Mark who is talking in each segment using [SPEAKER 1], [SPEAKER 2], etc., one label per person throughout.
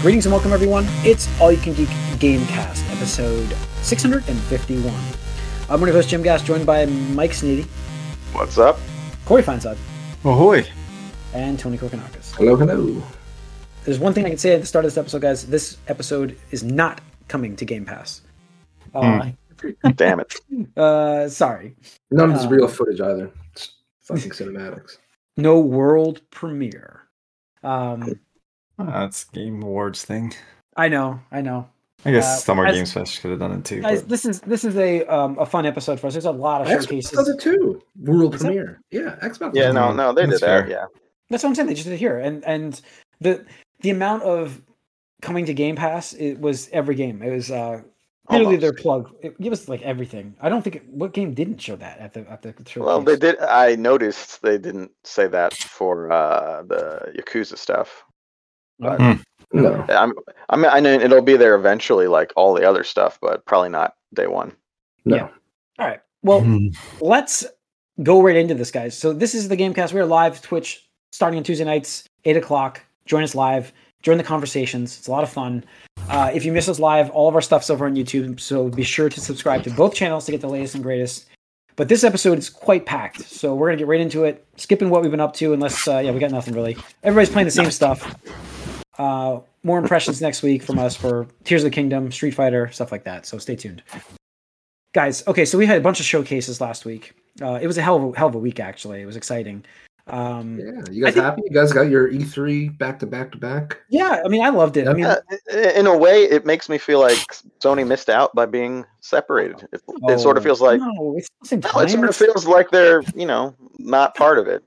[SPEAKER 1] Greetings and welcome, everyone. It's All You Can Geek Gamecast, episode 651. I'm one of host Jim Gass, joined by Mike Sneedy,
[SPEAKER 2] What's up?
[SPEAKER 1] Corey Feinsod,
[SPEAKER 3] Ahoy!
[SPEAKER 1] and Tony Korkanakis.
[SPEAKER 4] Hello, hello.
[SPEAKER 1] There's one thing I can say at the start of this episode, guys. This episode is not coming to Game Pass. Uh,
[SPEAKER 2] Damn it.
[SPEAKER 1] uh, sorry.
[SPEAKER 4] None of this
[SPEAKER 1] Uh,
[SPEAKER 4] real footage either. It's fucking cinematics.
[SPEAKER 1] No world premiere. Um,
[SPEAKER 3] Ah, it's Game Awards thing.
[SPEAKER 1] I know, I know.
[SPEAKER 3] I guess
[SPEAKER 1] Uh,
[SPEAKER 3] Summer
[SPEAKER 1] as-
[SPEAKER 3] Games Fest could have done it too.
[SPEAKER 1] Guys,
[SPEAKER 3] but-
[SPEAKER 1] this is this is a um, a fun episode for us. There's a lot of
[SPEAKER 4] Xbox does
[SPEAKER 1] showcases.
[SPEAKER 4] it too. World
[SPEAKER 1] Is that-
[SPEAKER 4] premiere. Yeah, Xbox.
[SPEAKER 2] Yeah, no, no, they did
[SPEAKER 3] That's
[SPEAKER 2] that.
[SPEAKER 3] fair.
[SPEAKER 2] Yeah.
[SPEAKER 1] That's what I'm saying. They just did it here, and and the the amount of coming to Game Pass it was every game. It was uh, literally their
[SPEAKER 2] Almost.
[SPEAKER 1] plug. It, it was like everything. I don't think it, what game didn't show that at the at the showcase.
[SPEAKER 2] Well, they did. I noticed they didn't say that for uh, the Yakuza stuff.
[SPEAKER 1] Oh.
[SPEAKER 3] Hmm.
[SPEAKER 4] No.
[SPEAKER 2] I'm, I mean, I know it'll be there eventually, like all the other stuff, but probably not day one.
[SPEAKER 4] No.
[SPEAKER 1] Yeah. All right. Well,
[SPEAKER 3] Mhm.
[SPEAKER 1] let's go right into this, guys. So this is the Gamecast. We're live Twitch starting on Tuesday nights, eight o'clock. Join us live. Join the conversations. It's a lot of fun. Uh, if you miss us live, all of our stuff's over on YouTube. So be sure to subscribe to both channels to get the latest and greatest. But this episode is quite packed, so we're gonna get right into it. Skipping what we've been up to, unless uh, yeah, we got nothing really. Everybody's playing the same stuff. Uh, more impressions next week from us for Tears of the Kingdom, Street Fighter, stuff like that. So stay tuned guys okay so we had a bunch of showcases last week uh, it was a hell of a, hell of a week actually it was exciting um, yeah.
[SPEAKER 4] Yeah, you guys
[SPEAKER 1] think-
[SPEAKER 4] happy? You guys got your E3 back to back to back.
[SPEAKER 1] i mean i loved it i mean
[SPEAKER 2] Uh, i- in a way, it makes me feel like sony missed out by being separated. It, it sort of
[SPEAKER 1] no,
[SPEAKER 2] feels like.
[SPEAKER 1] oh, no, it's, the same
[SPEAKER 2] No,
[SPEAKER 1] time.
[SPEAKER 2] it sort of feels like they're, you know, not part of it.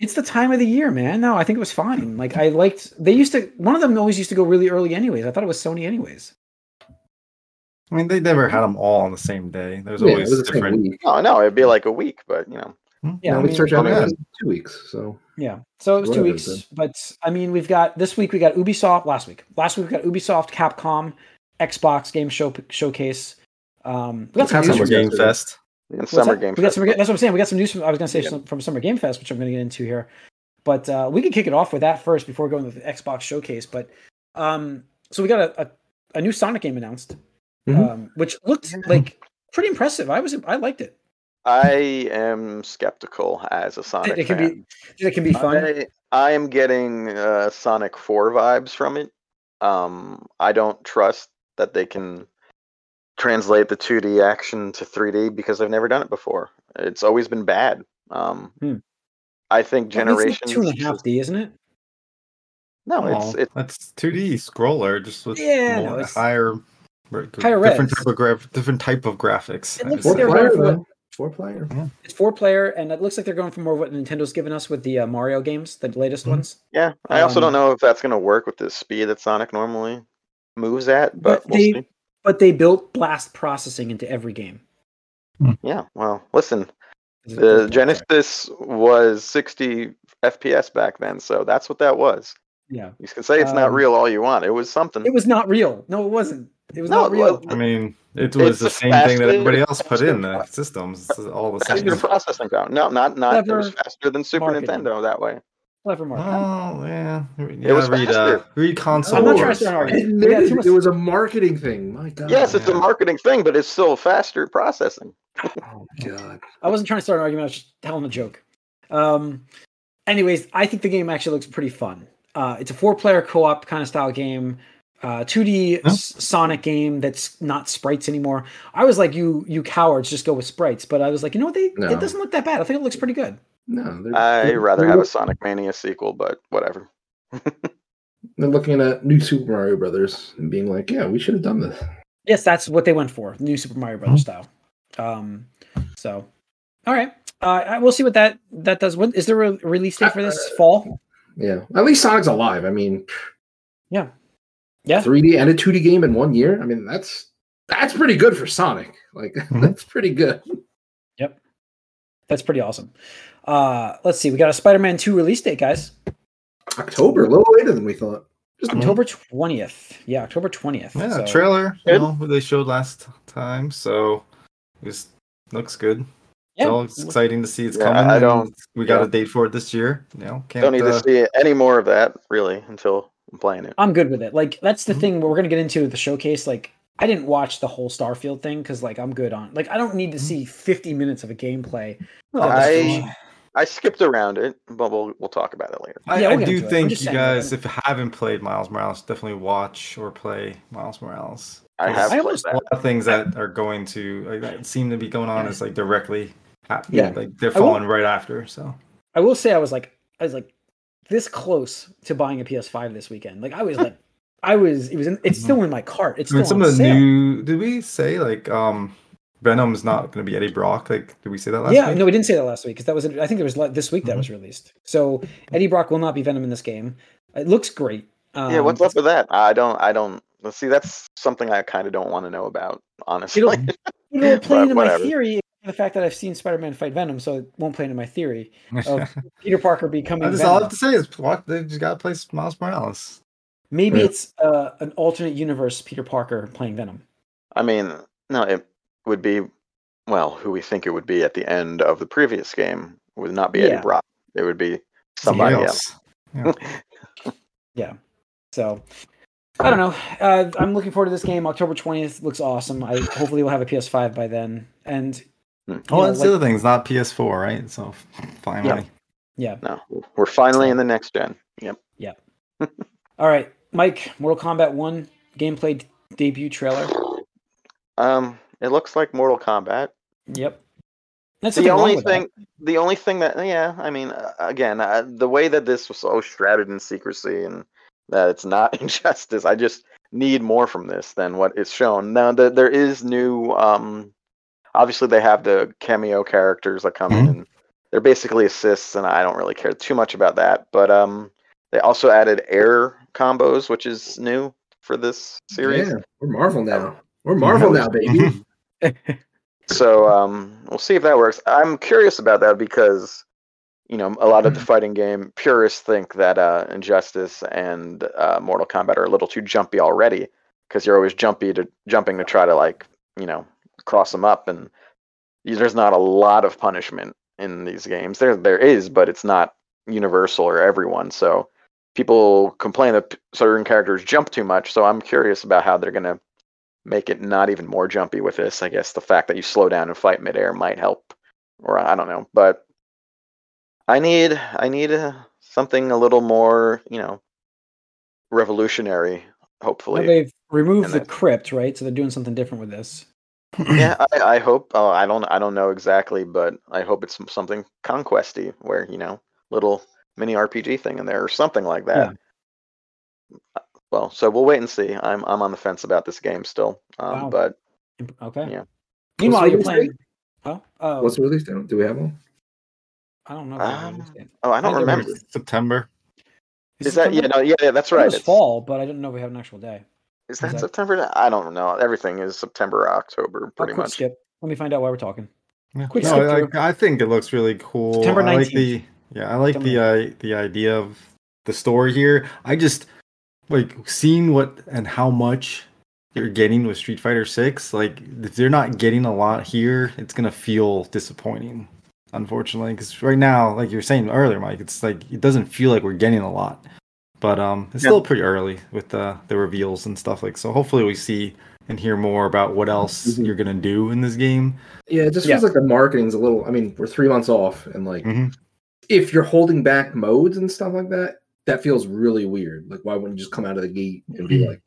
[SPEAKER 1] it's the time of the year man no i think it was fine like i liked they used to one of them always used to go really early anyways i thought it was sony anyways
[SPEAKER 3] I mean, they never
[SPEAKER 1] Hmm.
[SPEAKER 3] had them all on the same day. There's
[SPEAKER 4] Yeah, it
[SPEAKER 3] always
[SPEAKER 4] was the same
[SPEAKER 3] different.
[SPEAKER 4] week.
[SPEAKER 2] No, Oh, no, it'd be like a week, but you know,
[SPEAKER 1] yeah
[SPEAKER 4] Yeah,
[SPEAKER 1] I
[SPEAKER 4] we
[SPEAKER 1] mean,
[SPEAKER 4] search out
[SPEAKER 3] oh, yeah.
[SPEAKER 4] it was two weeks. So
[SPEAKER 1] Yeah. So it was two
[SPEAKER 4] Whatever,
[SPEAKER 1] weeks.
[SPEAKER 4] then.
[SPEAKER 1] But I mean, we've got this week, we got Ubisoft last week. Last week, we got Ubisoft, Capcom, Xbox Game Show Showcase. Um, we got
[SPEAKER 4] Let's have
[SPEAKER 1] news
[SPEAKER 3] Summer
[SPEAKER 4] Summer
[SPEAKER 1] from-
[SPEAKER 3] Game
[SPEAKER 4] Games.
[SPEAKER 3] Fest.
[SPEAKER 2] and
[SPEAKER 1] what's
[SPEAKER 2] summer
[SPEAKER 1] that?
[SPEAKER 2] game.
[SPEAKER 1] We got
[SPEAKER 2] Fest.
[SPEAKER 1] some, that's what I'm saying. We got some news from, I was going to say
[SPEAKER 2] Yeah.
[SPEAKER 1] some, from Summer Game Fest, which I'm going to get into here. But uh, we could kick it off with that first before going to the Xbox Showcase. But um, so we got a, a, a new Sonic game announced,
[SPEAKER 4] Mhm.
[SPEAKER 2] Mm-hmm.
[SPEAKER 1] um, which looked like pretty impressive. I was I liked it.
[SPEAKER 2] I am skeptical as a Sonic
[SPEAKER 1] It, it can
[SPEAKER 2] fan.
[SPEAKER 1] be it can be fun.
[SPEAKER 2] I, I am getting uh, Sonic 4 vibes from it. Um, I don't trust that they can translate the 2D action to 3D because I've never done it before. It's always been bad. Um,
[SPEAKER 1] Hmm.
[SPEAKER 2] I think generations.
[SPEAKER 1] two and a half D, isn't it?
[SPEAKER 2] No,
[SPEAKER 3] Aw,
[SPEAKER 2] it's it's
[SPEAKER 3] that's 2D scroller, just with
[SPEAKER 1] Yeah, no,
[SPEAKER 3] more,
[SPEAKER 1] it's-
[SPEAKER 3] higher,
[SPEAKER 1] Higher res.
[SPEAKER 3] different type of graph, different type of graphics.
[SPEAKER 1] It
[SPEAKER 3] I
[SPEAKER 1] looks
[SPEAKER 3] would
[SPEAKER 4] four
[SPEAKER 1] like they're
[SPEAKER 3] say.
[SPEAKER 4] player,
[SPEAKER 1] going for-
[SPEAKER 4] though. four player.
[SPEAKER 1] It's four player, and it looks like they're going for more of what Nintendo's given us with the uh, Mario games, the latest
[SPEAKER 3] Mhm.
[SPEAKER 2] Mm-hmm.
[SPEAKER 1] ones.
[SPEAKER 2] yeah. I also
[SPEAKER 1] um,
[SPEAKER 2] don't know if that's going to work with the speed that Sonic normally moves at,
[SPEAKER 1] But
[SPEAKER 2] but, we'll
[SPEAKER 1] they-
[SPEAKER 2] see.
[SPEAKER 1] But they built blast processing into every game.
[SPEAKER 2] Yeah. Well, listen,
[SPEAKER 1] Is it-
[SPEAKER 2] the Genesis was 60 FPS back then, so that's what that was.
[SPEAKER 1] Yeah,
[SPEAKER 2] You can say it's not
[SPEAKER 1] Um,
[SPEAKER 2] real all you want. It was something.
[SPEAKER 1] it was not real. No, it wasn't. It was
[SPEAKER 2] No,
[SPEAKER 1] not
[SPEAKER 2] it
[SPEAKER 1] real.
[SPEAKER 3] I mean, it was the
[SPEAKER 2] the
[SPEAKER 3] same thing that
[SPEAKER 2] fastest-
[SPEAKER 3] everybody else put in the
[SPEAKER 2] fastest-
[SPEAKER 3] systems. It's all the
[SPEAKER 2] faster
[SPEAKER 3] same.
[SPEAKER 2] processing power. No, not not. It was
[SPEAKER 1] Clever
[SPEAKER 2] faster than Super
[SPEAKER 1] marketing.
[SPEAKER 2] Nintendo that way.
[SPEAKER 1] Clever Mark. I'm-
[SPEAKER 3] Oh yeah, you
[SPEAKER 2] was
[SPEAKER 3] gotta read uh,
[SPEAKER 2] faster.
[SPEAKER 3] read console.
[SPEAKER 4] not
[SPEAKER 1] trying to
[SPEAKER 3] wars.
[SPEAKER 1] start an argument. We got too
[SPEAKER 4] Admitted,
[SPEAKER 1] much-
[SPEAKER 4] it was a marketing thing. My God.
[SPEAKER 2] Yes, it's a
[SPEAKER 3] yeah.
[SPEAKER 2] marketing thing, but it's still faster processing.
[SPEAKER 4] Oh God.
[SPEAKER 1] I wasn't trying to start an argument. I was just telling a joke. Um, anyways, I think the game actually looks pretty fun. Uh, it's a four-player co-op kind of style game, uh, 2D
[SPEAKER 3] Huh?
[SPEAKER 1] s- Sonic game that's not sprites anymore. I was like, you you cowards, just go with sprites. But I was like, you know what? They
[SPEAKER 4] No.
[SPEAKER 1] it doesn't look that bad. I think it looks pretty good.
[SPEAKER 4] No. they're-
[SPEAKER 2] I
[SPEAKER 4] they're-
[SPEAKER 2] rather
[SPEAKER 4] they're
[SPEAKER 2] have a
[SPEAKER 4] look-
[SPEAKER 2] Sonic Mania sequel, but whatever.
[SPEAKER 4] They're looking at new Super Mario Brothers and being like, "Yeah, we should have done this."
[SPEAKER 1] Yes, that's what they went for, new Super Mario Brothers style. Um, so, all right, uh, I- we'll see what that that does. When is there a release date for this fall?
[SPEAKER 4] Yeah. At least Sonic's alive. I mean,
[SPEAKER 1] Yeah,
[SPEAKER 4] 3D and a 2D game in one year. I mean, that's that's pretty good for Sonic. Like
[SPEAKER 1] Mm-hmm.
[SPEAKER 3] Mhm.
[SPEAKER 4] that's pretty good.
[SPEAKER 1] that's pretty awesome. Uh, let's see, we got a Spider-Man Two release date, guys.
[SPEAKER 3] Mm-hmm.
[SPEAKER 4] October, a little later than we thought. Just
[SPEAKER 3] Mhm.
[SPEAKER 1] October twentieth. Yeah, October twentieth.
[SPEAKER 3] Yeah, trailer. You
[SPEAKER 2] Good.
[SPEAKER 3] know, what they showed last time, so it was, looks good.
[SPEAKER 1] Yeah,
[SPEAKER 3] it's all it's exciting to see it's
[SPEAKER 2] Yeah,
[SPEAKER 3] coming.
[SPEAKER 2] I
[SPEAKER 3] and
[SPEAKER 2] don't-
[SPEAKER 3] We got
[SPEAKER 2] yeah.
[SPEAKER 3] a date for it this year. You know, can't
[SPEAKER 2] Don't need to
[SPEAKER 3] uh,
[SPEAKER 2] see any more of that really until I'm playing it.
[SPEAKER 1] I'm good with it. Like that's
[SPEAKER 3] Mm-hmm.
[SPEAKER 1] the thing we're gonna get into with the showcase. Like I didn't watch the whole Starfield thing because like I'm good on like I don't
[SPEAKER 3] Mm-hmm.
[SPEAKER 1] need to see 50 minutes of a gameplay.
[SPEAKER 3] oh,
[SPEAKER 1] of this
[SPEAKER 2] I-
[SPEAKER 1] game.
[SPEAKER 2] I skipped around it, but we'll we'll talk about it later.
[SPEAKER 3] I,
[SPEAKER 1] Yeah, we'll
[SPEAKER 3] I
[SPEAKER 1] get
[SPEAKER 3] do
[SPEAKER 1] into it. I'm
[SPEAKER 3] think
[SPEAKER 1] just
[SPEAKER 3] you
[SPEAKER 1] saying,
[SPEAKER 3] guys,
[SPEAKER 1] like-
[SPEAKER 3] if you haven't played Miles Morales, definitely watch or play Miles Morales.
[SPEAKER 2] I have
[SPEAKER 1] I
[SPEAKER 2] played
[SPEAKER 1] almost
[SPEAKER 2] that.
[SPEAKER 3] A lot of things that are going to like, that seem to be going on is like directly happening.
[SPEAKER 1] Yeah.
[SPEAKER 3] Like they're
[SPEAKER 1] I will-
[SPEAKER 3] falling right after. So
[SPEAKER 1] I will say I was like I was like this close to buying a PS5 this weekend. Like I was like I was it was in, it's still in my cart. It's
[SPEAKER 3] Mm-hmm. I
[SPEAKER 1] still
[SPEAKER 3] mean, some
[SPEAKER 1] on sale.
[SPEAKER 3] of the new did we say like um Venom's not gonna be Eddie Brock? Like did we say that last
[SPEAKER 1] yeah,
[SPEAKER 3] week? Mm-hmm.
[SPEAKER 1] no, we didn't say that last week because that was I think it was like, this week that was released. So Eddie Brock will not be Venom in this game. It looks great. Um,
[SPEAKER 2] yeah, what's up with that? I don't. I don't. Let's see. That's something I kind of don't want to know about, honestly.
[SPEAKER 1] It'll- It'll play
[SPEAKER 2] But
[SPEAKER 1] into my
[SPEAKER 2] whatever.
[SPEAKER 1] theory the fact that I've seen Spider-Man fight Venom, so it won't play into my theory of Peter Parker becoming
[SPEAKER 3] That's all I
[SPEAKER 1] Venom.
[SPEAKER 3] have to say is watch, they just gotta play Miles Morales.
[SPEAKER 1] Maybe
[SPEAKER 4] Yeah.
[SPEAKER 1] it's uh, an alternate universe Peter Parker playing Venom.
[SPEAKER 2] I mean, no, it would be, well, who we think it would be at the end of the previous game would not be
[SPEAKER 1] Yeah.
[SPEAKER 2] Eddie Brock. It would be somebody else.
[SPEAKER 1] So I don't know. Uh, I'm looking forward to this game. October 20th looks awesome. I hopefully will have a PS5 by then. And
[SPEAKER 3] Oh,
[SPEAKER 1] Yeah, like-
[SPEAKER 3] that's the other thing. It's not PS4, right? So finally,
[SPEAKER 1] yeah.
[SPEAKER 2] No, we're finally in the next gen. Yep.
[SPEAKER 1] All right, Mike, Mortal Kombat 1 gameplay d- debut trailer.
[SPEAKER 2] Um, it looks like Mortal Kombat.
[SPEAKER 1] Yep. That's
[SPEAKER 2] the only thing the only thing that yeah i mean uh, again uh, the way that this was so shrouded in secrecy and that it's not injustice i just need more from this than what is shown now the, there is new um obviously they have the cameo characters that come in and they're basically assists and i don't really care too much about that but um they also added air combos which is new for this series
[SPEAKER 4] Yeah, we're Marvel now. We're Marvel now, baby.
[SPEAKER 1] Mm-hmm.
[SPEAKER 3] Mhm.
[SPEAKER 2] So um, we'll see if that works. I'm curious about that because you know a lot of the fighting game purists think that uh, Injustice and uh, Mortal Kombat are a little too jumpy already because you're always jumpy to jumping to try to like you know cross them up and y- there's not a lot of punishment in these games. There there is, but it's not universal or everyone. So people complain that p- certain characters jump too much. So I'm curious about how they're gonna make it not even more jumpy with this. I guess the fact that you slow down and fight midair might help, or I don't know. But I need I need uh something a little more, you know, revolutionary. Hopefully,
[SPEAKER 1] they've removed
[SPEAKER 2] And
[SPEAKER 1] the
[SPEAKER 2] that's-
[SPEAKER 1] crypt, right? So they're doing something different with this.
[SPEAKER 2] yeah, I, I hope. Uh, I don't I don't know exactly, but I hope it's something conquesty, where you know, little mini RPG thing in there or something like that. Uh, Well, so we'll wait and see. I'm I'm on the fence about this game still, um,
[SPEAKER 1] Wow.
[SPEAKER 2] but
[SPEAKER 1] Imp- Okay.
[SPEAKER 2] Yeah.
[SPEAKER 1] Meanwhile,
[SPEAKER 4] What's
[SPEAKER 1] you're
[SPEAKER 4] the
[SPEAKER 1] playing. Oh, oh
[SPEAKER 4] What's the release date? Do we have one?
[SPEAKER 1] I don't know. if I
[SPEAKER 2] Um,
[SPEAKER 1] understand.
[SPEAKER 2] oh, I don't
[SPEAKER 1] I never-
[SPEAKER 2] remember.
[SPEAKER 3] September.
[SPEAKER 2] Is, that yeah?
[SPEAKER 1] September?
[SPEAKER 2] No, yeah, yeah that's
[SPEAKER 1] I thought
[SPEAKER 2] right.
[SPEAKER 1] It was
[SPEAKER 2] it's-
[SPEAKER 1] fall, but I didn't know if we have an actual day.
[SPEAKER 2] Is that
[SPEAKER 1] that-
[SPEAKER 2] September? I don't know. Everything is September, October,
[SPEAKER 1] I'll
[SPEAKER 2] pretty
[SPEAKER 1] quick
[SPEAKER 2] much.
[SPEAKER 1] skip. Let me find out why we're talking.
[SPEAKER 3] Yeah.
[SPEAKER 1] Quick
[SPEAKER 3] no,
[SPEAKER 1] skip
[SPEAKER 3] I,
[SPEAKER 1] through.
[SPEAKER 3] I I think it looks really cool.
[SPEAKER 1] September
[SPEAKER 3] I like
[SPEAKER 1] 19th.
[SPEAKER 3] the yeah, I like the uh, the idea of the story here. I just like seeing what and how much they're getting with Street Fighter Six. Like if they're not getting a lot here, it's gonna feel disappointing. Unfortunately, because right now, like you were saying earlier, Mike, it's like it doesn't feel like we're getting a lot. But um, it's
[SPEAKER 2] Yeah.
[SPEAKER 3] still pretty early with the the reveals and stuff like so. Hopefully, we see and hear more about what else
[SPEAKER 4] Mhm.
[SPEAKER 3] you're gonna do in this game.
[SPEAKER 4] Yeah, it just feels like the marketing's a little. I mean, we're three months off, and like
[SPEAKER 1] Mm.
[SPEAKER 3] Mhm.
[SPEAKER 4] if you're holding back modes and stuff like that, that feels really weird. Like, why wouldn't you just come out of the gate and
[SPEAKER 1] Mm.
[SPEAKER 4] be like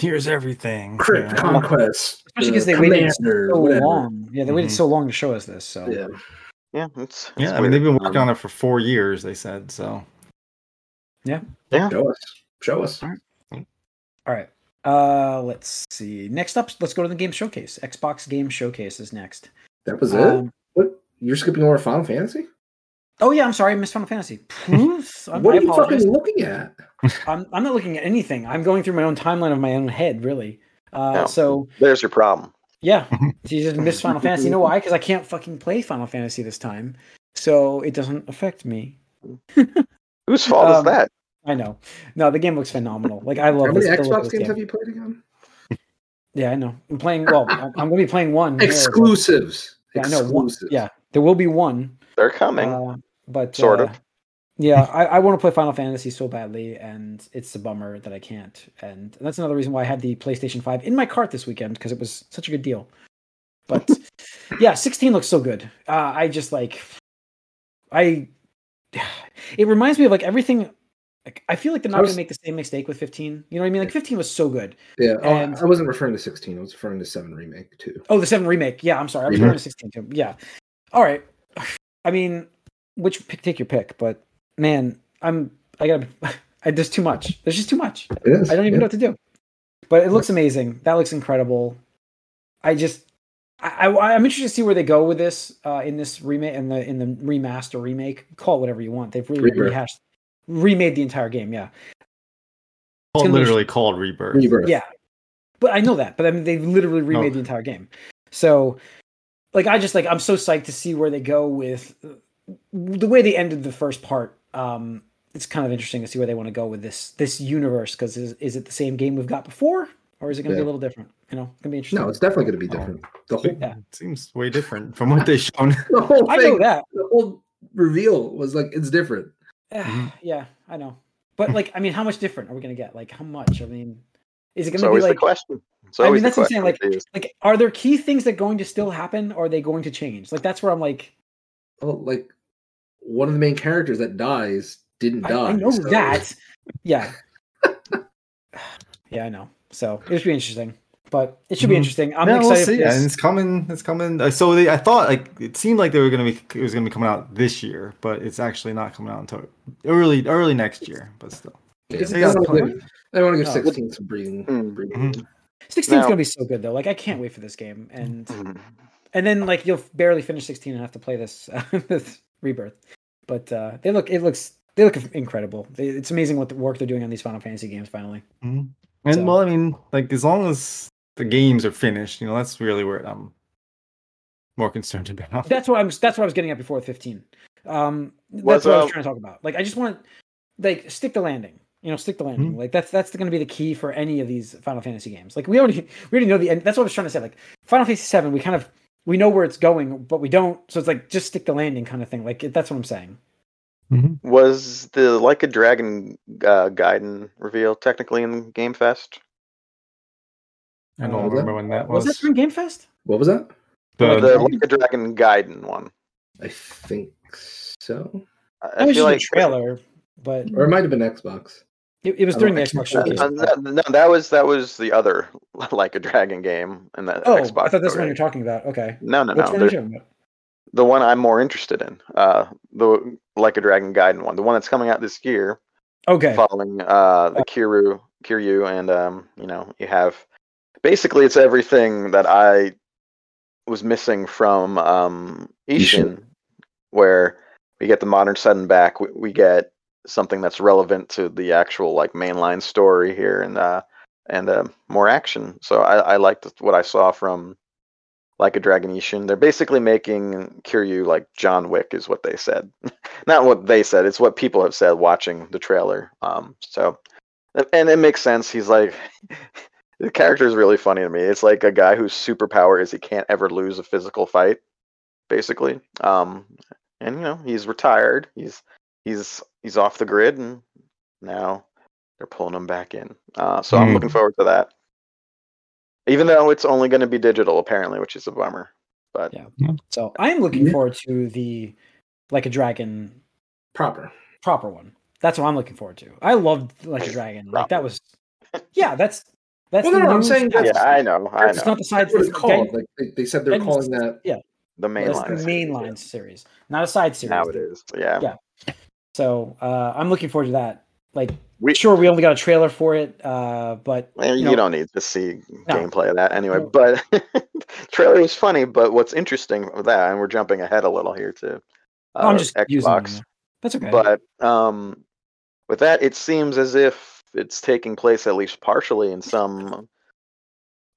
[SPEAKER 3] here's everything.
[SPEAKER 4] Crypt
[SPEAKER 3] Yeah.
[SPEAKER 4] Conquest?
[SPEAKER 1] Especially because
[SPEAKER 4] uh,
[SPEAKER 1] they waited
[SPEAKER 4] Commander,
[SPEAKER 1] So
[SPEAKER 4] whatever."
[SPEAKER 1] long. Yeah, they waited
[SPEAKER 3] Mhm.
[SPEAKER 1] so long to show us this. So
[SPEAKER 4] Yeah.
[SPEAKER 2] Yeah, it's, Um,
[SPEAKER 3] Yeah, I mean they've been working on it for four years. They said so.
[SPEAKER 4] Show us. Show us.
[SPEAKER 1] all right. Uh let's see. Next up, let's go to the game showcase. Xbox Game Showcase is next.
[SPEAKER 4] That was it.
[SPEAKER 1] Um,
[SPEAKER 4] What? You're skipping over Final Fantasy?
[SPEAKER 1] oh yeah, I'm sorry, I missed Final Fantasy. Poof. I'm,
[SPEAKER 4] what
[SPEAKER 1] I
[SPEAKER 4] are you
[SPEAKER 1] apologize.
[SPEAKER 4] fucking looking at?
[SPEAKER 1] I'm, I'm not looking at anything. I'm going through my own timeline of my own head, really. Uh,
[SPEAKER 2] No.
[SPEAKER 1] So
[SPEAKER 2] There's your problem.
[SPEAKER 1] yeah, so you just missed Final Fantasy. You know why? Because I can't fucking play Final Fantasy this time, so it doesn't affect me.
[SPEAKER 2] Whose fault
[SPEAKER 1] Um,
[SPEAKER 2] is that?
[SPEAKER 1] I know. No, the game looks phenomenal. Like I love
[SPEAKER 4] How many
[SPEAKER 1] this. I love
[SPEAKER 4] Xbox
[SPEAKER 1] this
[SPEAKER 4] games
[SPEAKER 1] game.
[SPEAKER 4] have you played again?
[SPEAKER 1] Yeah, I know. I'm playing. Well, I'm I'm gonna be playing one. here, but-
[SPEAKER 4] Exclusives.
[SPEAKER 1] Yeah, I know. One,
[SPEAKER 4] Exclusives.
[SPEAKER 1] yeah, there will be one.
[SPEAKER 2] They're coming.
[SPEAKER 1] uh, but
[SPEAKER 2] Sort
[SPEAKER 1] uh,
[SPEAKER 2] of.
[SPEAKER 1] Yeah, I, I want to play Final Fantasy so badly, and it's a bummer that I can't. And that's another reason why I had the PlayStation 5 in my cart this weekend because it was such a good deal. But yeah, 16 looks so good. Uh, I just like, I, it reminds me of like everything. Like, I feel like they're
[SPEAKER 4] I
[SPEAKER 1] not
[SPEAKER 4] was-
[SPEAKER 1] going to make the same mistake with 15. You know what I mean? Like 15 was so good.
[SPEAKER 4] Yeah, oh,
[SPEAKER 1] And-
[SPEAKER 4] I wasn't referring to 16. I was referring to 7 remake too.
[SPEAKER 1] Oh, the seven remake. Yeah, I'm sorry. I was
[SPEAKER 3] Remake.
[SPEAKER 4] Mhm.
[SPEAKER 1] going to 16 too. Yeah. All right. I mean, which pick? Take your pick. But man, I'm. I gotta. I, there's too much. There's just too much.
[SPEAKER 4] It is.
[SPEAKER 1] I don't even
[SPEAKER 4] yeah.
[SPEAKER 1] know what to do. But it looks amazing. That looks incredible. I just, I, I I'm interested to see where they go with this uh, in this remake and the in the remaster remake. Call it whatever you want. They've really
[SPEAKER 4] Rebirth.
[SPEAKER 1] rehashed, remade the entire game. Yeah,
[SPEAKER 3] Well,
[SPEAKER 1] gonna be-
[SPEAKER 3] literally called Rebirth.
[SPEAKER 4] Rebirth.
[SPEAKER 1] yeah. But I know that. But I mean, they literally remade
[SPEAKER 3] No.
[SPEAKER 1] the entire game. So, like, I just like I'm so psyched to see where they go with the way they ended the first part. Um, it's kind of interesting to see where they want to go with this this universe because is, is it the same game we've got before or is it going to be
[SPEAKER 4] Yeah.
[SPEAKER 1] a little different? You know, gonna be interesting.
[SPEAKER 4] No, it's definitely
[SPEAKER 1] Oh.
[SPEAKER 4] going to be different. The whole
[SPEAKER 1] Yeah.
[SPEAKER 3] It seems way different from what they've shown.
[SPEAKER 4] the whole
[SPEAKER 1] I know
[SPEAKER 4] thing,
[SPEAKER 1] that.
[SPEAKER 4] the whole reveal was like it's different. Mm-hmm.
[SPEAKER 1] Ah, yeah, I know. But like, I mean, how much different are we gonna get? Like, how much? I mean, is it
[SPEAKER 2] It's
[SPEAKER 1] gonna be
[SPEAKER 2] always
[SPEAKER 1] like
[SPEAKER 2] the question. It's
[SPEAKER 1] I mean,
[SPEAKER 2] always
[SPEAKER 1] that's
[SPEAKER 2] the
[SPEAKER 1] what I'm saying,
[SPEAKER 2] question.
[SPEAKER 1] like-
[SPEAKER 2] with these.
[SPEAKER 1] like are there key things that going to still happen? Or are they going to change? Like that's where I'm like,
[SPEAKER 4] Well, Oh, like one of the main characters that dies didn't
[SPEAKER 1] I,
[SPEAKER 4] die.
[SPEAKER 1] I know
[SPEAKER 4] so-
[SPEAKER 1] that. Yeah. yeah, I know. So it should be interesting, but it should be
[SPEAKER 3] Mhm.
[SPEAKER 1] interesting. I'm
[SPEAKER 3] Yeah, we'll
[SPEAKER 1] excited.
[SPEAKER 3] see.
[SPEAKER 1] for this.
[SPEAKER 3] And it's coming. It's coming. Uh, so they, I thought like it seemed like they were gonna be it was gonna be coming out this year, but it's actually not coming out until early early next year. But still,
[SPEAKER 4] Yeah.
[SPEAKER 1] Is it
[SPEAKER 4] They
[SPEAKER 1] this
[SPEAKER 4] gotta
[SPEAKER 1] one?
[SPEAKER 4] give- they want to give
[SPEAKER 1] Oh. Mm-hmm.
[SPEAKER 4] 16 some breathing.
[SPEAKER 2] Mm.
[SPEAKER 4] breathing
[SPEAKER 3] Mhm.
[SPEAKER 4] room.
[SPEAKER 1] 16's
[SPEAKER 2] Now-
[SPEAKER 1] gonna be so good though. Like I can't wait for this game, and
[SPEAKER 2] Mhm.
[SPEAKER 1] and then like you'll barely finish 16 and have to play this, this rebirth. But uh, they look, it looks, they look incredible. They- It's amazing what the work they're doing on these Final Fantasy games. Finally,
[SPEAKER 3] and
[SPEAKER 1] So-
[SPEAKER 3] well, I mean, like as long as the games are finished, you know, that's really where I'm more concerned about.
[SPEAKER 1] that's what I'm. That's what I was getting at before with 15. Um, that's
[SPEAKER 2] Was,
[SPEAKER 1] what I
[SPEAKER 2] uh,
[SPEAKER 1] was trying to talk about. Like I just want, like stick the landing. You know, stick the landing. Like that's that's going to be the key for any of these Final Fantasy games. Like we already we already know the end. That's what I was trying to say. Like Final Fantasy 7, we kind of we know where it's going, but we don't. So it's like just stick the landing kind of thing. Like that's what I'm saying.
[SPEAKER 2] Was the Like a Dragon uh, Gaiden reveal technically in Game Fest?
[SPEAKER 3] I
[SPEAKER 1] Uh,
[SPEAKER 4] Uh-huh.
[SPEAKER 3] don't remember when that
[SPEAKER 1] Was,
[SPEAKER 3] was.
[SPEAKER 1] that during Game Fest?
[SPEAKER 4] What was that?
[SPEAKER 3] The-
[SPEAKER 2] the Like a Dragon Gaiden one.
[SPEAKER 4] I think so.
[SPEAKER 2] I,
[SPEAKER 1] I,
[SPEAKER 2] I
[SPEAKER 1] was
[SPEAKER 2] feel
[SPEAKER 1] just
[SPEAKER 2] like
[SPEAKER 1] a trailer, but
[SPEAKER 4] Or it might have been Xbox.
[SPEAKER 1] it, it was
[SPEAKER 4] I don't
[SPEAKER 1] during the
[SPEAKER 4] actually
[SPEAKER 1] Xbox
[SPEAKER 4] know.
[SPEAKER 2] Uh,
[SPEAKER 1] showcase.
[SPEAKER 2] uh, that- no, that was that was the other Like a Dragon game in that
[SPEAKER 1] Oh,
[SPEAKER 2] Xbox.
[SPEAKER 1] I thought that's the one
[SPEAKER 2] program.
[SPEAKER 1] you're talking about. Okay,
[SPEAKER 2] No, no,
[SPEAKER 1] which
[SPEAKER 2] no.
[SPEAKER 1] one are
[SPEAKER 2] there-
[SPEAKER 1] you talking about?
[SPEAKER 2] the one I'm more interested in, uh, the Like a Dragon Gaiden one, the one that's coming out this year,
[SPEAKER 1] Okay, Oh.
[SPEAKER 2] following uh, the Kiru, Kiryu, and um, you know, you have basically it's everything that I was missing from um,
[SPEAKER 4] Ishin.
[SPEAKER 2] Ishin, where we get the modern sudden back, we, we get something that's relevant to the actual like mainline story here, and uh, and uh, more action. So I, I liked what I saw from like a Dragon Ishin. They're basically making Kiryu like John Wick is what they said. Not what they said, it's what people have said watching the trailer. Um so and- and it makes sense. He's like the character is really funny to me. It's like a guy whose superpower is he can't ever lose a physical fight, basically. Um and you know, he's retired. He's he's he's off the grid and now they're pulling him back in. Uh so I'm looking forward to that. Even though it's only going to be digital, apparently, which is a bummer. But
[SPEAKER 1] Yeah. so I am looking
[SPEAKER 4] Yeah.
[SPEAKER 1] forward to the like a dragon
[SPEAKER 4] Proper.
[SPEAKER 1] proper one. That's what I'm looking forward to. I loved Like a Dragon. Like that was, yeah. That's that's.
[SPEAKER 4] Well, no,
[SPEAKER 1] the
[SPEAKER 4] no, I'm
[SPEAKER 1] new
[SPEAKER 4] saying
[SPEAKER 1] stuff.
[SPEAKER 4] that's-
[SPEAKER 2] yeah, I know, I
[SPEAKER 1] it's
[SPEAKER 2] know.
[SPEAKER 1] not the side.
[SPEAKER 4] That's what it's
[SPEAKER 1] Gaiden-
[SPEAKER 4] called. Like they, they said they're
[SPEAKER 1] Gaiden-
[SPEAKER 4] calling that.
[SPEAKER 1] Yeah,
[SPEAKER 2] The main
[SPEAKER 1] that's
[SPEAKER 2] line.
[SPEAKER 1] the
[SPEAKER 2] is-
[SPEAKER 1] mainline series, not a side series.
[SPEAKER 2] Now it is. Yeah.
[SPEAKER 1] Yeah. So uh, I'm looking forward to that. Like,
[SPEAKER 2] We-
[SPEAKER 1] sure, we only got a trailer for it, uh, but
[SPEAKER 2] Well,
[SPEAKER 1] you
[SPEAKER 2] you,
[SPEAKER 1] know-
[SPEAKER 2] don't need to see
[SPEAKER 1] No.
[SPEAKER 2] gameplay of that anyway.
[SPEAKER 1] No.
[SPEAKER 2] But trailer was funny. But what's interesting of that, and we're jumping ahead a little here to uh,
[SPEAKER 1] I'm just using them
[SPEAKER 2] Xbox.
[SPEAKER 1] there. that's okay.
[SPEAKER 2] But um, with that, it seems as if it's taking place at least partially in some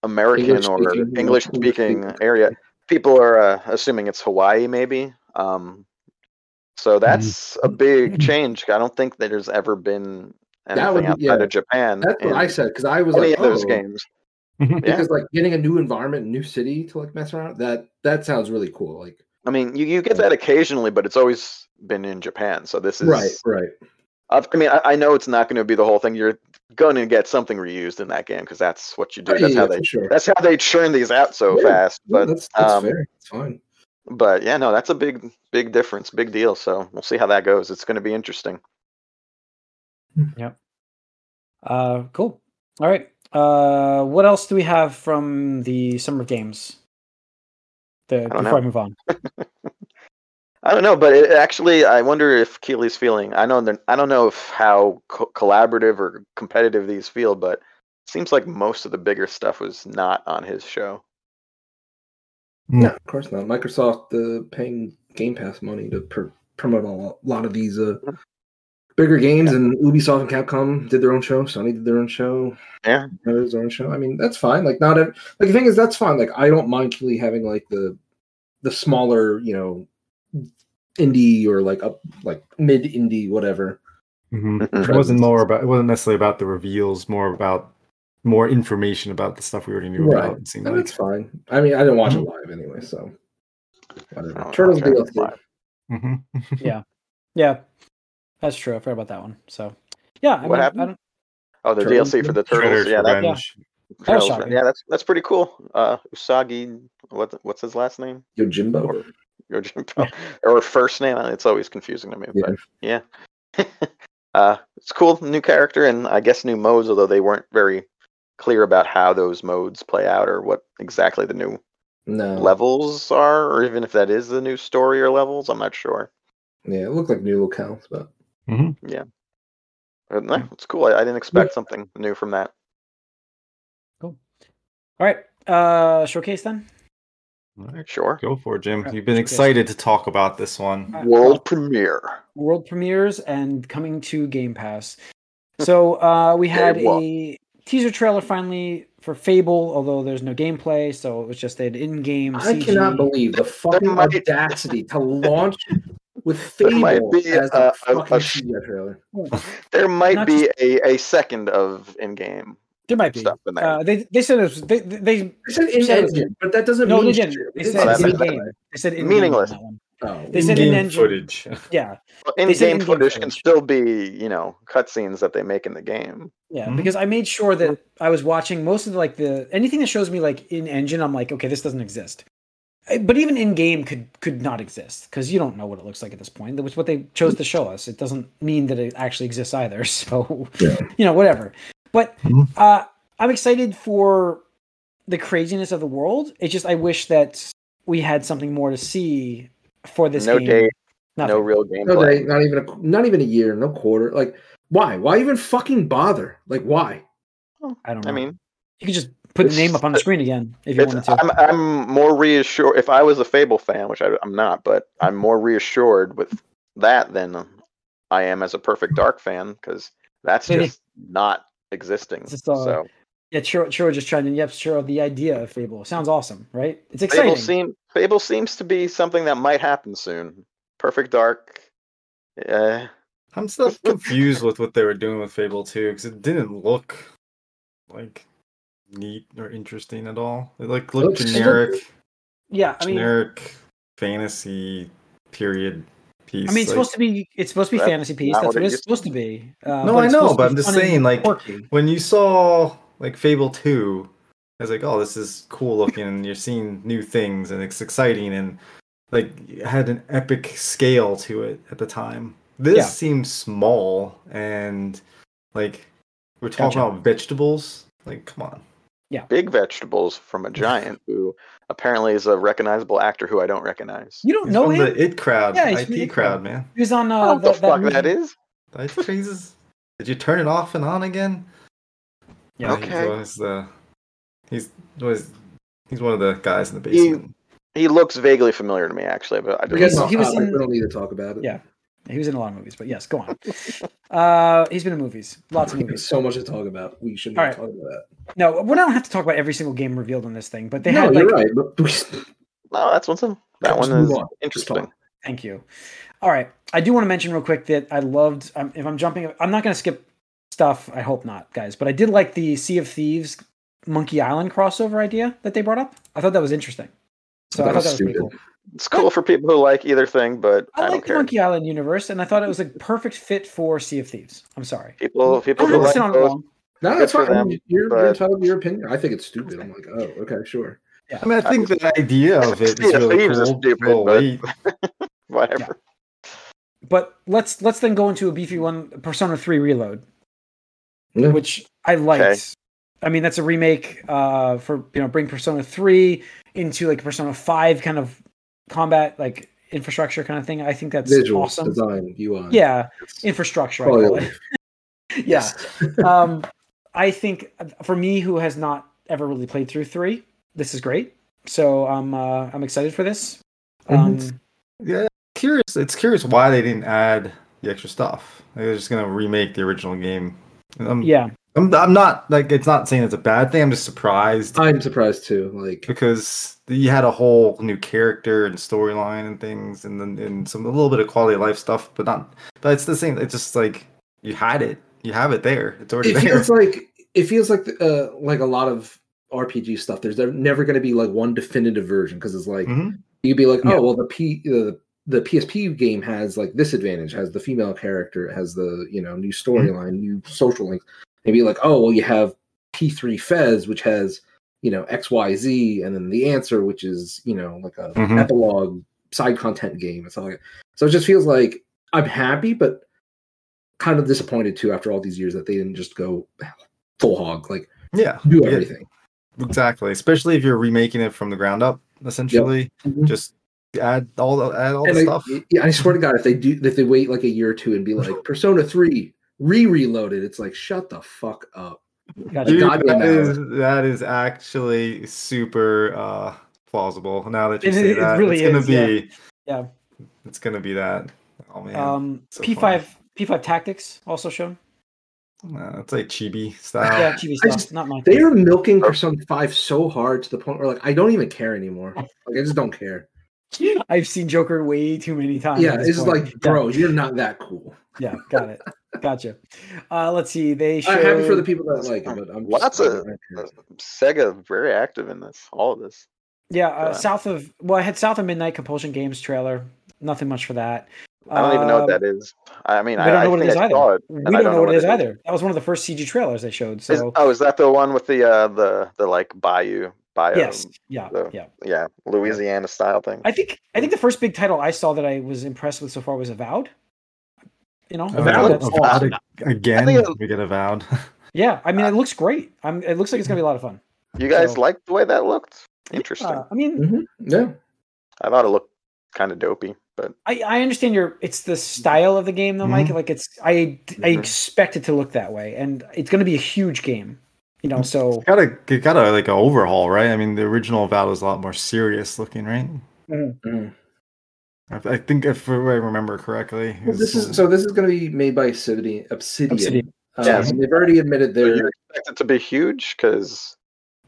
[SPEAKER 2] American or
[SPEAKER 4] English-speaking-
[SPEAKER 2] English-speaking area. People are uh, assuming it's Hawaii, maybe. Um,
[SPEAKER 4] Hmm.
[SPEAKER 2] so that's a big change. I don't think that there's ever been
[SPEAKER 4] That would
[SPEAKER 2] anything outside
[SPEAKER 4] be- yeah.
[SPEAKER 2] of Japan.
[SPEAKER 4] That's what
[SPEAKER 2] in
[SPEAKER 4] I said because I was
[SPEAKER 2] any
[SPEAKER 4] like,
[SPEAKER 2] of those
[SPEAKER 4] oh,
[SPEAKER 2] games.
[SPEAKER 3] Mhm.
[SPEAKER 2] Yeah.
[SPEAKER 4] because like getting a new environment, new city to like mess around. That that sounds really cool. Like
[SPEAKER 2] I mean, you, you get that occasionally, but it's always been in Japan. So this is
[SPEAKER 4] Right, right.
[SPEAKER 2] I've- I mean, I, I know it's not going to be the whole thing. You're going to get something reused in that game because that's what you do.
[SPEAKER 4] Yeah,
[SPEAKER 2] That's
[SPEAKER 4] yeah,
[SPEAKER 2] how
[SPEAKER 4] for
[SPEAKER 2] they
[SPEAKER 4] sure.
[SPEAKER 2] that's how they churn these out so
[SPEAKER 4] Yeah,
[SPEAKER 2] fast.
[SPEAKER 4] Yeah,
[SPEAKER 2] But
[SPEAKER 4] that's, that's
[SPEAKER 2] um,
[SPEAKER 4] fair. It's fine.
[SPEAKER 2] but yeah, no, that's a big big difference, big deal. So we'll see how that goes. It's going to be interesting.
[SPEAKER 1] Uh, cool. All right. Uh, what else do we have from the summer of games? The,
[SPEAKER 2] don't
[SPEAKER 1] before
[SPEAKER 2] know.
[SPEAKER 1] I move on,
[SPEAKER 2] I don't know, but it, actually, I wonder if Keely's feeling. I know they're- I don't know if how co- collaborative or competitive these feel, but it seems like most of the bigger stuff was not on his show.
[SPEAKER 4] No, of course not. Microsoft uh, paying Game Pass money to pr- promote a lo- lot of these uh, bigger games, and Ubisoft and Capcom did their own show. Sony did their own show.
[SPEAKER 2] Yeah.
[SPEAKER 4] Nintendo did their own show. I mean, that's fine. Like, not ev- like the thing is, that's fine. Like, I don't mind really having like the the smaller, you know, indie or like up like mid indie whatever.
[SPEAKER 3] Mhm.
[SPEAKER 2] Mhm.
[SPEAKER 3] It wasn't more about. It wasn't necessarily about the reveals. More about more information about the stuff we already knew
[SPEAKER 4] Right. Mm-hmm.
[SPEAKER 3] about. It seemed
[SPEAKER 4] And
[SPEAKER 3] like.
[SPEAKER 4] that's fine. I mean, I didn't watch it live anyway, so.
[SPEAKER 2] I
[SPEAKER 4] Whatever.
[SPEAKER 2] don't
[SPEAKER 4] Turtles
[SPEAKER 2] know, Turtles
[SPEAKER 4] DLC.
[SPEAKER 2] Live.
[SPEAKER 3] Mhm.
[SPEAKER 1] yeah, that's true. I forgot about that one. So, yeah, I
[SPEAKER 2] What
[SPEAKER 1] mean, I
[SPEAKER 2] happened?
[SPEAKER 1] don't-
[SPEAKER 2] Oh, the
[SPEAKER 4] Turtles
[SPEAKER 2] DLC for the turtles.
[SPEAKER 3] Shredder's
[SPEAKER 2] Yeah, that,
[SPEAKER 3] Revenge.
[SPEAKER 1] That was
[SPEAKER 2] Turtles,
[SPEAKER 1] shocking.
[SPEAKER 2] yeah, that's that's pretty cool. Uh, Usagi, what what's his last name?
[SPEAKER 4] Yojimbo.
[SPEAKER 2] Or, or, Jimbo- or first name? Uh, It's always confusing to me. But yeah, uh, it's cool new character and I guess new modes. Although they weren't very clear about how those modes play out or what exactly the new
[SPEAKER 4] No.
[SPEAKER 2] levels are, or even if that is the new story or levels. I'm not sure.
[SPEAKER 4] Yeah, it looked like new locales, but
[SPEAKER 2] But, no, it's cool. I, I didn't expect something new from that.
[SPEAKER 1] all right. Uh, showcase then.
[SPEAKER 3] All right,
[SPEAKER 2] Sure.
[SPEAKER 3] Go for it, Jim.
[SPEAKER 1] Okay.
[SPEAKER 3] You've been
[SPEAKER 1] Okay.
[SPEAKER 3] excited to talk about this one.
[SPEAKER 1] All right,
[SPEAKER 2] World premiere.
[SPEAKER 1] world premieres and coming to Game Pass.
[SPEAKER 4] Hmm.
[SPEAKER 1] So uh, we had
[SPEAKER 2] Day one.
[SPEAKER 1] a teaser trailer finally for Fable, although there's no gameplay, so it was just an in-game.
[SPEAKER 4] I
[SPEAKER 1] CG.
[SPEAKER 4] cannot believe the fucking
[SPEAKER 2] might-
[SPEAKER 4] audacity to launch with
[SPEAKER 2] There might
[SPEAKER 4] Fable
[SPEAKER 2] be
[SPEAKER 4] as
[SPEAKER 2] a-
[SPEAKER 4] a,
[SPEAKER 2] a-
[SPEAKER 4] fucking
[SPEAKER 2] a-
[SPEAKER 4] CGI trailer.
[SPEAKER 2] There might
[SPEAKER 1] Not
[SPEAKER 2] be a, a second of in game
[SPEAKER 1] There might be.
[SPEAKER 2] stuff in there.
[SPEAKER 1] Uh, they they said it was, they they they
[SPEAKER 4] They said in
[SPEAKER 1] Said it was-
[SPEAKER 4] engine, but that doesn't
[SPEAKER 1] no
[SPEAKER 4] mean
[SPEAKER 1] they didn't.
[SPEAKER 4] shit.
[SPEAKER 1] They
[SPEAKER 4] It
[SPEAKER 1] said
[SPEAKER 2] Oh,
[SPEAKER 4] says
[SPEAKER 2] that-
[SPEAKER 1] in
[SPEAKER 2] that-
[SPEAKER 1] game. They said in
[SPEAKER 2] Meaningless.
[SPEAKER 1] Game on that one.
[SPEAKER 4] Oh,
[SPEAKER 1] They said an
[SPEAKER 3] In-game
[SPEAKER 1] engine.
[SPEAKER 3] footage.
[SPEAKER 1] Yeah,
[SPEAKER 2] in
[SPEAKER 1] They said
[SPEAKER 2] game
[SPEAKER 1] in-game
[SPEAKER 2] footage can
[SPEAKER 1] footage.
[SPEAKER 2] still be, you know, cutscenes that they make in the game.
[SPEAKER 1] Yeah,
[SPEAKER 3] Mhm.
[SPEAKER 1] because I made sure that I was watching most of the, like the anything that shows me like in engine, I'm like, okay, this doesn't exist. Uh, But even in game could could not exist because you don't know what it looks like at this point. That was what they chose to show us. It doesn't mean that it actually exists either. So
[SPEAKER 4] Yeah.
[SPEAKER 1] you know whatever. But
[SPEAKER 3] Mhm.
[SPEAKER 1] uh, I'm excited for the craziness of the world. It's just I wish that we had something more to see for this
[SPEAKER 2] no
[SPEAKER 1] game.
[SPEAKER 2] date, no
[SPEAKER 1] Nothing.
[SPEAKER 2] real
[SPEAKER 4] no, they,
[SPEAKER 2] gameplay.
[SPEAKER 4] not even a not even a year, no quarter. Like, why? Why even fucking bother? Like, why?
[SPEAKER 1] I don't know.
[SPEAKER 2] I mean,
[SPEAKER 1] you could just put the name up on the
[SPEAKER 2] it's-
[SPEAKER 1] screen again if you
[SPEAKER 2] it's,
[SPEAKER 1] wanted to.
[SPEAKER 2] I'm I'm more reassured. If I was a Fable fan, which I, I'm not, but I'm
[SPEAKER 1] Mm-hmm.
[SPEAKER 2] more reassured with that than I am as a Perfect Dark fan because that's
[SPEAKER 1] Maybe.
[SPEAKER 2] just not existing.
[SPEAKER 1] It's just, uh,
[SPEAKER 2] so
[SPEAKER 1] Yeah, Chiro, Chiro just chimed in. Yep, Chiro, the idea of Fable sounds awesome, right? It's exciting.
[SPEAKER 2] Fable seem Fable seems to be something that might happen soon. Perfect Dark. Uh,
[SPEAKER 3] I'm still confused with what they were doing with Fable 2 because it didn't look like neat or interesting at all. It like looked
[SPEAKER 4] looks- it looked-
[SPEAKER 3] generic,
[SPEAKER 1] yeah, I mean,
[SPEAKER 3] generic fantasy period piece.
[SPEAKER 1] I mean,
[SPEAKER 3] like-
[SPEAKER 1] it's supposed to be it's supposed to be
[SPEAKER 2] That's
[SPEAKER 1] fantasy piece.
[SPEAKER 2] not
[SPEAKER 1] That's
[SPEAKER 2] what
[SPEAKER 1] what
[SPEAKER 2] it
[SPEAKER 1] it's
[SPEAKER 2] used to
[SPEAKER 1] supposed to be. Uh,
[SPEAKER 3] No, I
[SPEAKER 1] it's
[SPEAKER 3] know,
[SPEAKER 1] supposed to
[SPEAKER 3] but
[SPEAKER 1] be
[SPEAKER 3] I'm just
[SPEAKER 1] fun and
[SPEAKER 3] saying, like-
[SPEAKER 1] quirky.
[SPEAKER 3] when you saw like Fable 2, I was like, oh, this is cool looking, and you're seeing new things, and it's exciting, and like it had an epic scale to it at the time. This
[SPEAKER 1] Yeah.
[SPEAKER 3] seems small, and like we're talking
[SPEAKER 1] Gotcha.
[SPEAKER 3] about vegetables. Like, come on.
[SPEAKER 2] big vegetables from a giant who apparently is a recognizable actor who I don't recognize.
[SPEAKER 1] you don't
[SPEAKER 3] He's
[SPEAKER 1] know
[SPEAKER 3] from
[SPEAKER 1] him.
[SPEAKER 3] the IT crowd,
[SPEAKER 1] Oh, Yeah, he's from the
[SPEAKER 3] IT
[SPEAKER 1] IT
[SPEAKER 3] crowd,
[SPEAKER 1] crowd.
[SPEAKER 3] man.
[SPEAKER 1] He was on uh,
[SPEAKER 2] I don't know
[SPEAKER 1] that,
[SPEAKER 2] what the fuck
[SPEAKER 1] movie-
[SPEAKER 2] that is.
[SPEAKER 3] IT Jesus. Did you turn it off and on again?
[SPEAKER 1] Yeah.
[SPEAKER 3] he's uh,
[SPEAKER 2] Okay.
[SPEAKER 3] always the- he's was he's one of the guys in the
[SPEAKER 2] You-
[SPEAKER 3] basement.
[SPEAKER 2] He looks vaguely familiar to me, actually, but I
[SPEAKER 4] We're
[SPEAKER 2] don't
[SPEAKER 1] Because
[SPEAKER 4] getting
[SPEAKER 2] know.
[SPEAKER 4] off
[SPEAKER 1] he was
[SPEAKER 4] topic,
[SPEAKER 1] in-
[SPEAKER 4] we don't need to talk about it.
[SPEAKER 1] Yeah. He was in a lot of movies, but yes, go on. uh, he's been in movies, lots of
[SPEAKER 4] There's
[SPEAKER 1] movies.
[SPEAKER 4] so much to talk about. We shouldn't
[SPEAKER 1] All
[SPEAKER 4] even
[SPEAKER 1] right.
[SPEAKER 4] talk about
[SPEAKER 1] No, we don't have to talk about every single game revealed on this thing, but
[SPEAKER 4] that.
[SPEAKER 1] they
[SPEAKER 4] no,
[SPEAKER 1] had like
[SPEAKER 4] you're right. But
[SPEAKER 2] No, that's one. thing- That
[SPEAKER 4] Just
[SPEAKER 2] one
[SPEAKER 4] move
[SPEAKER 2] is
[SPEAKER 4] on. Just
[SPEAKER 2] interesting.
[SPEAKER 4] talk.
[SPEAKER 1] Thank you. All right, I do want to mention real quick that I loved. Um, if I'm jumping, I'm not going to skip stuff. I hope not, guys. But I did like the Sea of Thieves, Monkey Island crossover idea that they brought up. I thought that was interesting. So I
[SPEAKER 4] That
[SPEAKER 1] thought
[SPEAKER 4] was
[SPEAKER 1] that was pretty
[SPEAKER 4] stupid.
[SPEAKER 1] cool.
[SPEAKER 2] It's cool for people who like either thing, but I,
[SPEAKER 1] I
[SPEAKER 2] don't
[SPEAKER 1] like the
[SPEAKER 2] care.
[SPEAKER 1] Monkey Island universe, and I thought it was a perfect fit for Sea of Thieves. I'm sorry.
[SPEAKER 2] People,
[SPEAKER 1] I
[SPEAKER 2] people
[SPEAKER 1] don't
[SPEAKER 2] who like
[SPEAKER 1] listen on it
[SPEAKER 2] both.
[SPEAKER 1] long.
[SPEAKER 4] No, that's
[SPEAKER 2] for
[SPEAKER 4] fine. I mean,
[SPEAKER 2] them,
[SPEAKER 4] you're, you're
[SPEAKER 2] but-
[SPEAKER 4] entitled to your opinion. I think it's stupid. I'm like, oh, okay, sure.
[SPEAKER 3] I mean, I think the idea of it is
[SPEAKER 2] Yeah,
[SPEAKER 3] really
[SPEAKER 2] Thieves is
[SPEAKER 3] cool.
[SPEAKER 2] stupid,
[SPEAKER 3] Well,
[SPEAKER 2] but-
[SPEAKER 3] wait,
[SPEAKER 2] Whatever.
[SPEAKER 1] But let's let's then go into a beefy one, Persona Three Reload,
[SPEAKER 4] Yeah.
[SPEAKER 1] which I liked.
[SPEAKER 2] Okay.
[SPEAKER 1] I mean, that's a remake uh, for you know bring Persona Three into like Persona Five kind of combat like infrastructure kind of thing. I think that's
[SPEAKER 4] Visual
[SPEAKER 1] awesome.
[SPEAKER 4] design, UI.
[SPEAKER 1] Yeah, infrastructure. I call it. yeah, um, I think uh, for me, who has not ever really played through three, this is great. So I'm uh, I'm excited for this. Um,
[SPEAKER 4] Mm-hmm.
[SPEAKER 3] yeah, curious. It's curious why they didn't add the extra stuff. Like, They're just gonna remake the original game. And I'm,
[SPEAKER 1] Yeah,
[SPEAKER 3] I'm, I'm not like it's not saying it's a bad thing. I'm just surprised
[SPEAKER 4] I'm surprised too. Like,
[SPEAKER 3] because you had a whole new character and storyline and things, and then and some a little bit of quality of life stuff, but not. But it's the same. It's just like you had it. You have it there. It's already
[SPEAKER 4] it
[SPEAKER 3] there.
[SPEAKER 4] feels like it feels like uh like a lot of RPG stuff. There's never going to be like one definitive version because it's like
[SPEAKER 3] Mhm.
[SPEAKER 4] you'd be like, oh
[SPEAKER 3] Yeah.
[SPEAKER 4] well, the P the the PSP game has like this advantage, has the female character, it has the you know new
[SPEAKER 3] Mm-hmm.
[SPEAKER 4] storyline, new social links. Maybe like, oh well, you have P3 Fez, which has you know X Y Z, and then the answer, which is you know like a
[SPEAKER 3] Mhm.
[SPEAKER 4] epilogue side content game and stuff like that. So it just feels like I'm happy, but kind of disappointed too after all these years that they didn't just go full hog, like
[SPEAKER 3] Yeah.
[SPEAKER 4] do
[SPEAKER 3] Yeah.
[SPEAKER 4] everything.
[SPEAKER 3] Exactly, especially if you're remaking it from the ground up, essentially.
[SPEAKER 4] Mhm.
[SPEAKER 3] Just add all the add all
[SPEAKER 4] And
[SPEAKER 3] the
[SPEAKER 4] I,
[SPEAKER 3] stuff.
[SPEAKER 4] yeah, I swear to God, if they do, if they wait like a year or two and be like Persona Three re-reloaded, it's like shut the fuck up.
[SPEAKER 1] gotcha.
[SPEAKER 3] Dude,
[SPEAKER 4] goddamn
[SPEAKER 3] that
[SPEAKER 4] hour.
[SPEAKER 3] is that is actually super uh plausible. Now that you
[SPEAKER 1] It-
[SPEAKER 3] say
[SPEAKER 1] it
[SPEAKER 3] that,
[SPEAKER 1] really
[SPEAKER 3] it's gonna
[SPEAKER 1] is,
[SPEAKER 3] be
[SPEAKER 1] yeah. Yeah.
[SPEAKER 3] it's gonna be that. Oh man,
[SPEAKER 1] um,
[SPEAKER 3] so
[SPEAKER 1] P five P five Tactics also shown.
[SPEAKER 3] Uh, it's like chibi style.
[SPEAKER 1] Yeah, chibi
[SPEAKER 4] Uh, I
[SPEAKER 1] stuff,
[SPEAKER 4] just-
[SPEAKER 1] not mine.
[SPEAKER 4] They are milking Persona Five so hard to the point where like I don't even care anymore. Like I just don't care.
[SPEAKER 1] I've seen Joker way too many times.
[SPEAKER 4] Yeah,
[SPEAKER 1] at
[SPEAKER 4] it's
[SPEAKER 1] this
[SPEAKER 4] just
[SPEAKER 1] point.
[SPEAKER 4] like, bro, you're not that cool.
[SPEAKER 1] Yeah, yeah, got it. Gotcha. Uh, let's see. They showed
[SPEAKER 4] I'm happy for the people that like it, but I'm just-
[SPEAKER 2] Lots of-
[SPEAKER 4] I don't care.
[SPEAKER 2] Sega very active in this. All of this.
[SPEAKER 1] yeah uh,
[SPEAKER 2] Yeah.
[SPEAKER 1] south of well, I had South of Midnight Compulsion Games trailer. Nothing much for that.
[SPEAKER 2] I don't even know what
[SPEAKER 1] Um,
[SPEAKER 2] that is. I mean,
[SPEAKER 1] We
[SPEAKER 2] I,
[SPEAKER 1] don't
[SPEAKER 2] I
[SPEAKER 1] know what it
[SPEAKER 2] think
[SPEAKER 1] is
[SPEAKER 2] I saw
[SPEAKER 1] either.
[SPEAKER 2] it.
[SPEAKER 1] We
[SPEAKER 2] and
[SPEAKER 1] don't,
[SPEAKER 2] I
[SPEAKER 1] know what it is
[SPEAKER 2] it is.
[SPEAKER 1] either. That was one of the first CG trailers they showed.
[SPEAKER 2] Is-
[SPEAKER 1] So
[SPEAKER 2] oh, is that the one with the uh the the like bayou bio?
[SPEAKER 1] yes, yeah,
[SPEAKER 2] um, so-
[SPEAKER 1] yeah.
[SPEAKER 2] Yeah, Louisiana style thing.
[SPEAKER 1] I think I think the first big title I saw that I was impressed with so far was Avowed. You know,
[SPEAKER 3] Uh,
[SPEAKER 1] Avowed,
[SPEAKER 3] Avowed,
[SPEAKER 1] that's awesome.
[SPEAKER 3] again.
[SPEAKER 2] I think it-
[SPEAKER 3] we get avowed.
[SPEAKER 1] Yeah, I mean, it looks great. I'm, it looks like it's gonna be a lot of fun.
[SPEAKER 2] you guys
[SPEAKER 1] so-
[SPEAKER 2] liked the way that looked? Interesting.
[SPEAKER 1] Uh, I mean,
[SPEAKER 4] Yeah,
[SPEAKER 2] I thought it looked kind of dopey, but
[SPEAKER 1] I, I understand your it's the style of the game though, Mike. Like it's I I
[SPEAKER 2] Mhm.
[SPEAKER 1] expect it to look that way, and it's gonna be a huge game. You know, so
[SPEAKER 3] got a it got a like an overhaul, right? I mean, the original avowed was a lot more serious looking, right? Mm.
[SPEAKER 4] Mhm.
[SPEAKER 3] I, I think if I remember correctly, it
[SPEAKER 4] Well, this
[SPEAKER 3] was-
[SPEAKER 4] is so. This is going to be made by Obsidian. Obsidian.
[SPEAKER 1] Obsidian.
[SPEAKER 4] Um,
[SPEAKER 2] Yes.
[SPEAKER 4] They've already admitted
[SPEAKER 2] so
[SPEAKER 4] they're
[SPEAKER 2] you expect it to be huge because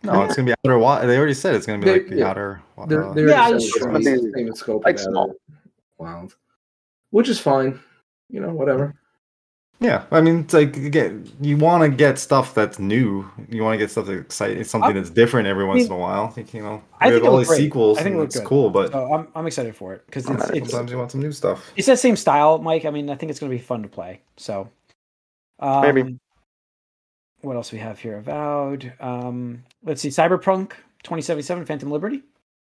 [SPEAKER 3] No, it's gonna be outer water. They already said it's gonna be
[SPEAKER 4] They-
[SPEAKER 3] like the
[SPEAKER 4] yeah.
[SPEAKER 3] outer. wa-
[SPEAKER 4] They're,
[SPEAKER 3] uh,
[SPEAKER 4] they're
[SPEAKER 1] Yeah,
[SPEAKER 4] yeah,
[SPEAKER 1] it's
[SPEAKER 4] sure.
[SPEAKER 2] just-
[SPEAKER 4] the same scope
[SPEAKER 2] like
[SPEAKER 4] about
[SPEAKER 2] small.
[SPEAKER 4] it. Wild. Which is fine. You know, whatever.
[SPEAKER 3] yeah, I mean, it's like you get you want to get stuff that's new. You want to get stuff that's exciting, something
[SPEAKER 1] Uh, I-
[SPEAKER 3] that's different every once
[SPEAKER 1] mean,
[SPEAKER 3] in a while. Like, you know,
[SPEAKER 1] I
[SPEAKER 3] we
[SPEAKER 1] think
[SPEAKER 3] have
[SPEAKER 1] it
[SPEAKER 3] all
[SPEAKER 1] looked
[SPEAKER 3] these
[SPEAKER 1] great.
[SPEAKER 3] sequels,
[SPEAKER 1] I think it
[SPEAKER 3] and
[SPEAKER 1] looked
[SPEAKER 3] it's
[SPEAKER 1] good.
[SPEAKER 3] cool, but
[SPEAKER 1] so I'm I'm excited for it because
[SPEAKER 2] I'm
[SPEAKER 1] it's
[SPEAKER 2] not
[SPEAKER 1] it's
[SPEAKER 3] sometimes you want some new stuff.
[SPEAKER 1] it's that same style, Mike. I mean, I think it's gonna be fun to play. So um,
[SPEAKER 2] Maybe.
[SPEAKER 1] What else we have here? Avowed. Um, let's see. Cyberpunk 2077 Phantom Liberty.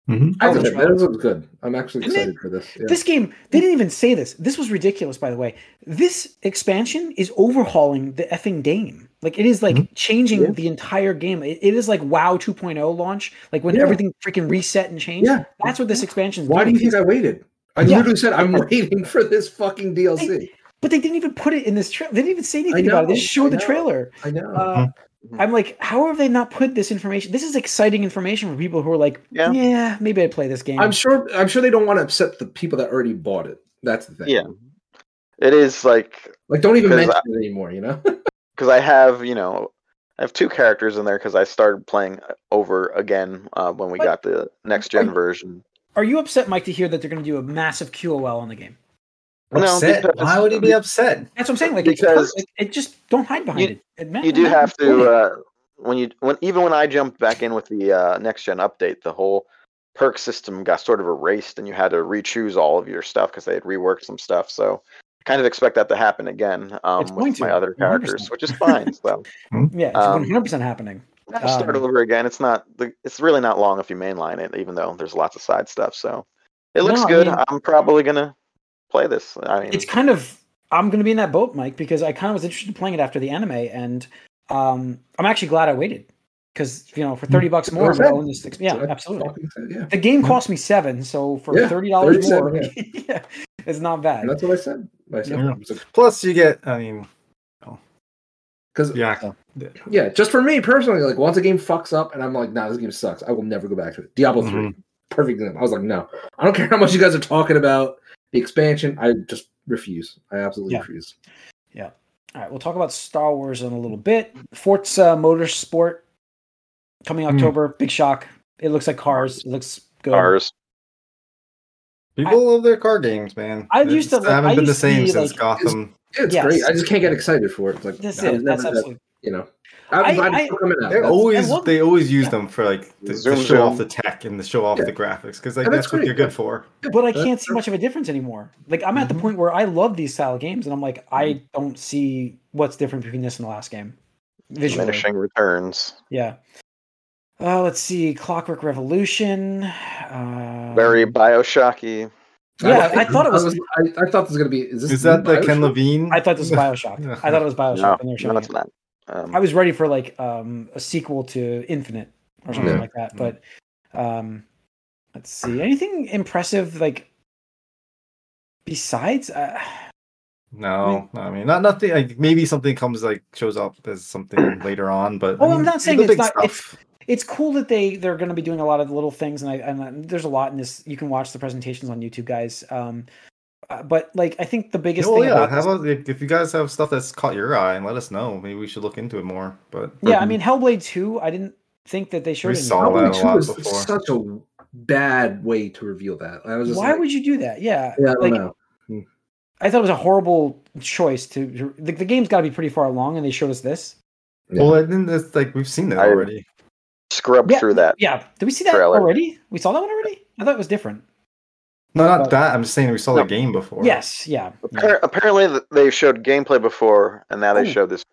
[SPEAKER 2] Mm-hmm.
[SPEAKER 4] I
[SPEAKER 1] Oh,
[SPEAKER 4] think
[SPEAKER 1] sure.
[SPEAKER 4] that looks good. I'm actually
[SPEAKER 1] Isn't it-
[SPEAKER 4] excited for this. Yeah.
[SPEAKER 1] This game, they didn't even say this. This was ridiculous, by the way. This expansion is overhauling the effing game. Like it is like changing
[SPEAKER 4] Mm-hmm. Yeah.
[SPEAKER 1] the entire game. It- it is like WoW 2.0 launch, like when
[SPEAKER 4] Yeah.
[SPEAKER 1] everything freaking reset and changed.
[SPEAKER 4] Yeah.
[SPEAKER 1] That's what this expansion is.
[SPEAKER 4] Why do
[SPEAKER 1] doing.
[SPEAKER 4] you think I waited? I
[SPEAKER 1] Yeah.
[SPEAKER 4] literally said I'm waiting for this fucking DLC.
[SPEAKER 1] But they didn't even put it in this trailer. They didn't even say anything about it. They
[SPEAKER 4] know,
[SPEAKER 1] just showed
[SPEAKER 4] I
[SPEAKER 1] the
[SPEAKER 4] know.
[SPEAKER 1] trailer.
[SPEAKER 4] I know.
[SPEAKER 1] Uh,
[SPEAKER 2] Mhm.
[SPEAKER 1] I'm like, how have they not put this information? This is exciting information for people who are like, yeah,
[SPEAKER 2] Yeah.
[SPEAKER 1] maybe I'd play this game.
[SPEAKER 4] I'm sure. I'm sure they don't want to upset the people that already bought it. That's the thing.
[SPEAKER 2] yeah, it is like
[SPEAKER 4] Like, don't even
[SPEAKER 2] 'Cause
[SPEAKER 4] mention
[SPEAKER 2] I-
[SPEAKER 4] it anymore. You know.
[SPEAKER 2] because I have you know I have two characters in there because I started playing uh, over again uh, when we
[SPEAKER 1] But-
[SPEAKER 2] got the next gen
[SPEAKER 1] Are-
[SPEAKER 2] version.
[SPEAKER 1] Are you upset, Mike, to hear that they're going to do a massive QOL on the game?
[SPEAKER 2] Upset? because- Why would he be
[SPEAKER 3] upset?
[SPEAKER 1] That's what I'm saying. Like,
[SPEAKER 2] Because-
[SPEAKER 1] it's perfect. It just don't hide behind it. Admit-
[SPEAKER 2] You do
[SPEAKER 1] admit
[SPEAKER 2] have
[SPEAKER 1] it's
[SPEAKER 2] to uh, when you when even when I jumped back in with the uh, next gen uh, update, the whole perk system got sort of erased and you had to re-choose all of your stuff because they had reworked some stuff. So I kind of expect that to happen again um,
[SPEAKER 1] It's going
[SPEAKER 2] with my
[SPEAKER 1] to,
[SPEAKER 2] other
[SPEAKER 1] 100%.
[SPEAKER 2] characters, which is fine. So
[SPEAKER 1] Yeah, it's
[SPEAKER 2] Um,
[SPEAKER 1] 100% happening.
[SPEAKER 2] I'll start
[SPEAKER 1] Um,
[SPEAKER 2] over again. It's not the, it's really not long if you mainline it, even though there's lots of side stuff. So it looks
[SPEAKER 1] No, I
[SPEAKER 2] good.
[SPEAKER 1] mean-
[SPEAKER 2] I'm probably gonna play this. I mean,
[SPEAKER 1] It's kind of I'm going to be in that boat, Mike, because I kind of was interested in playing it after the anime, and um, I'm actually glad I waited because you know for thirty bucks more, I would
[SPEAKER 4] Perfect.
[SPEAKER 1] own this. Ex- yeah,
[SPEAKER 4] That's
[SPEAKER 1] absolutely.
[SPEAKER 4] fucking said, Yeah,
[SPEAKER 1] The game cost me seven, so for
[SPEAKER 4] Yeah,
[SPEAKER 1] thirty dollars more,
[SPEAKER 4] 37,
[SPEAKER 1] yeah, it's not bad.
[SPEAKER 4] and that's what I said. I said
[SPEAKER 3] Yeah. Plus, you get. I mean,
[SPEAKER 4] because yeah.
[SPEAKER 3] yeah.
[SPEAKER 4] just for me personally, like once a game fucks up and I'm like, nah, this game sucks. I will never go back to it. Diablo
[SPEAKER 1] Mm-hmm.
[SPEAKER 4] three, perfect example. I was like, no, I don't care how much you guys are talking about the expansion. I just refuse. I absolutely
[SPEAKER 1] Yeah.
[SPEAKER 4] refuse.
[SPEAKER 1] All right, we'll talk about Star Wars in a little bit. Forza Motorsport coming
[SPEAKER 3] Hmm.
[SPEAKER 1] October. Big shock. It looks like Cars. It looks good.
[SPEAKER 2] ours.
[SPEAKER 3] People love their car games, man.
[SPEAKER 1] I used to
[SPEAKER 3] It's-
[SPEAKER 1] like-
[SPEAKER 3] haven't
[SPEAKER 1] I
[SPEAKER 3] been the
[SPEAKER 1] used to
[SPEAKER 3] same
[SPEAKER 1] be,
[SPEAKER 3] since
[SPEAKER 1] like-
[SPEAKER 3] Gotham.
[SPEAKER 4] Yeah, it's
[SPEAKER 1] Yes.
[SPEAKER 4] great. I just can't get excited for it. It's like
[SPEAKER 1] This
[SPEAKER 4] I was
[SPEAKER 1] is that's
[SPEAKER 4] never that-
[SPEAKER 1] absolutely
[SPEAKER 4] you know. I'm
[SPEAKER 1] I-
[SPEAKER 4] glad
[SPEAKER 1] I-
[SPEAKER 4] it's still coming out.
[SPEAKER 3] They
[SPEAKER 4] That's-
[SPEAKER 3] always
[SPEAKER 1] I love-
[SPEAKER 3] they always use
[SPEAKER 1] yeah.
[SPEAKER 3] them for like to, to
[SPEAKER 2] Zoom,
[SPEAKER 3] show
[SPEAKER 2] zoom.
[SPEAKER 3] off the tech and to show off
[SPEAKER 4] Yeah.
[SPEAKER 3] the graphics because like
[SPEAKER 4] And
[SPEAKER 3] that's,
[SPEAKER 4] that's
[SPEAKER 3] what
[SPEAKER 4] great,
[SPEAKER 3] they're good
[SPEAKER 4] yeah.
[SPEAKER 3] for.
[SPEAKER 1] but I can't see
[SPEAKER 4] That's-
[SPEAKER 1] much of a difference anymore. Like I'm at the
[SPEAKER 2] Mm-hmm.
[SPEAKER 3] Mhm.
[SPEAKER 1] point where I love these style games, and I'm like, I don't see what's different between this and the last game. Visually,
[SPEAKER 2] diminishing returns.
[SPEAKER 1] yeah. Uh, let's see, Clockwork Revolution. Uh,
[SPEAKER 2] Very Bioshocky.
[SPEAKER 1] Yeah, I thought it was-
[SPEAKER 4] I, I, I thought this was gonna be. Is, this
[SPEAKER 3] Is that the
[SPEAKER 4] Bioshock?
[SPEAKER 3] Ken Levine?
[SPEAKER 1] I thought this was Bioshock.
[SPEAKER 3] Yeah.
[SPEAKER 1] I thought it was
[SPEAKER 2] No,
[SPEAKER 1] Bioshock, and they were showing
[SPEAKER 2] no,
[SPEAKER 1] it.
[SPEAKER 2] it's not. Um,
[SPEAKER 1] I was ready for like um, a sequel to Infinite or something
[SPEAKER 4] Yeah.
[SPEAKER 1] like that. But um, let's see, anything impressive like besides? Uh,
[SPEAKER 3] No, I mean not nothing. Like maybe something comes like shows up as something later on, but
[SPEAKER 1] Oh,
[SPEAKER 3] I
[SPEAKER 1] I'm
[SPEAKER 3] mean,
[SPEAKER 1] not
[SPEAKER 3] the
[SPEAKER 1] saying it's
[SPEAKER 3] big
[SPEAKER 1] not-
[SPEAKER 3] stuff.
[SPEAKER 1] it's- it's cool that they they're going to be doing a lot of little things, and I and there's a lot in this. You can watch the presentations on YouTube, guys. Um, uh, but like I think the biggest
[SPEAKER 3] Oh
[SPEAKER 1] thing
[SPEAKER 3] yeah,
[SPEAKER 1] about
[SPEAKER 3] how
[SPEAKER 1] this-
[SPEAKER 3] about if, if you guys have stuff that's caught your eye and let us know? Maybe we should look into it more. But
[SPEAKER 1] yeah, I mean Hellblade Two. I didn't think that they showed. any-
[SPEAKER 3] saw
[SPEAKER 4] Hellblade
[SPEAKER 3] that a lot
[SPEAKER 4] Two is
[SPEAKER 3] before.
[SPEAKER 4] such a bad way to reveal that. I was just
[SPEAKER 1] Why
[SPEAKER 4] like,
[SPEAKER 1] would you do that? Yeah,
[SPEAKER 4] yeah, I don't
[SPEAKER 1] like
[SPEAKER 4] know.
[SPEAKER 1] I thought it was a horrible choice to. to the, the game's got to be pretty far along, and they showed us this.
[SPEAKER 4] Yeah.
[SPEAKER 3] well, then that's like we've seen that
[SPEAKER 2] I-
[SPEAKER 3] already.
[SPEAKER 2] scrubbed
[SPEAKER 1] Yeah,
[SPEAKER 2] through that.
[SPEAKER 1] Yeah, did we see that
[SPEAKER 2] Trailer.
[SPEAKER 1] already? We saw that one already. I thought it was different.
[SPEAKER 3] No, not
[SPEAKER 1] but-
[SPEAKER 3] that. I'm just saying we saw
[SPEAKER 2] No.
[SPEAKER 3] the game before.
[SPEAKER 1] Yes, yeah.
[SPEAKER 2] Appar- Apparently, th- they showed gameplay before, and now they
[SPEAKER 1] Ooh.
[SPEAKER 2] showed this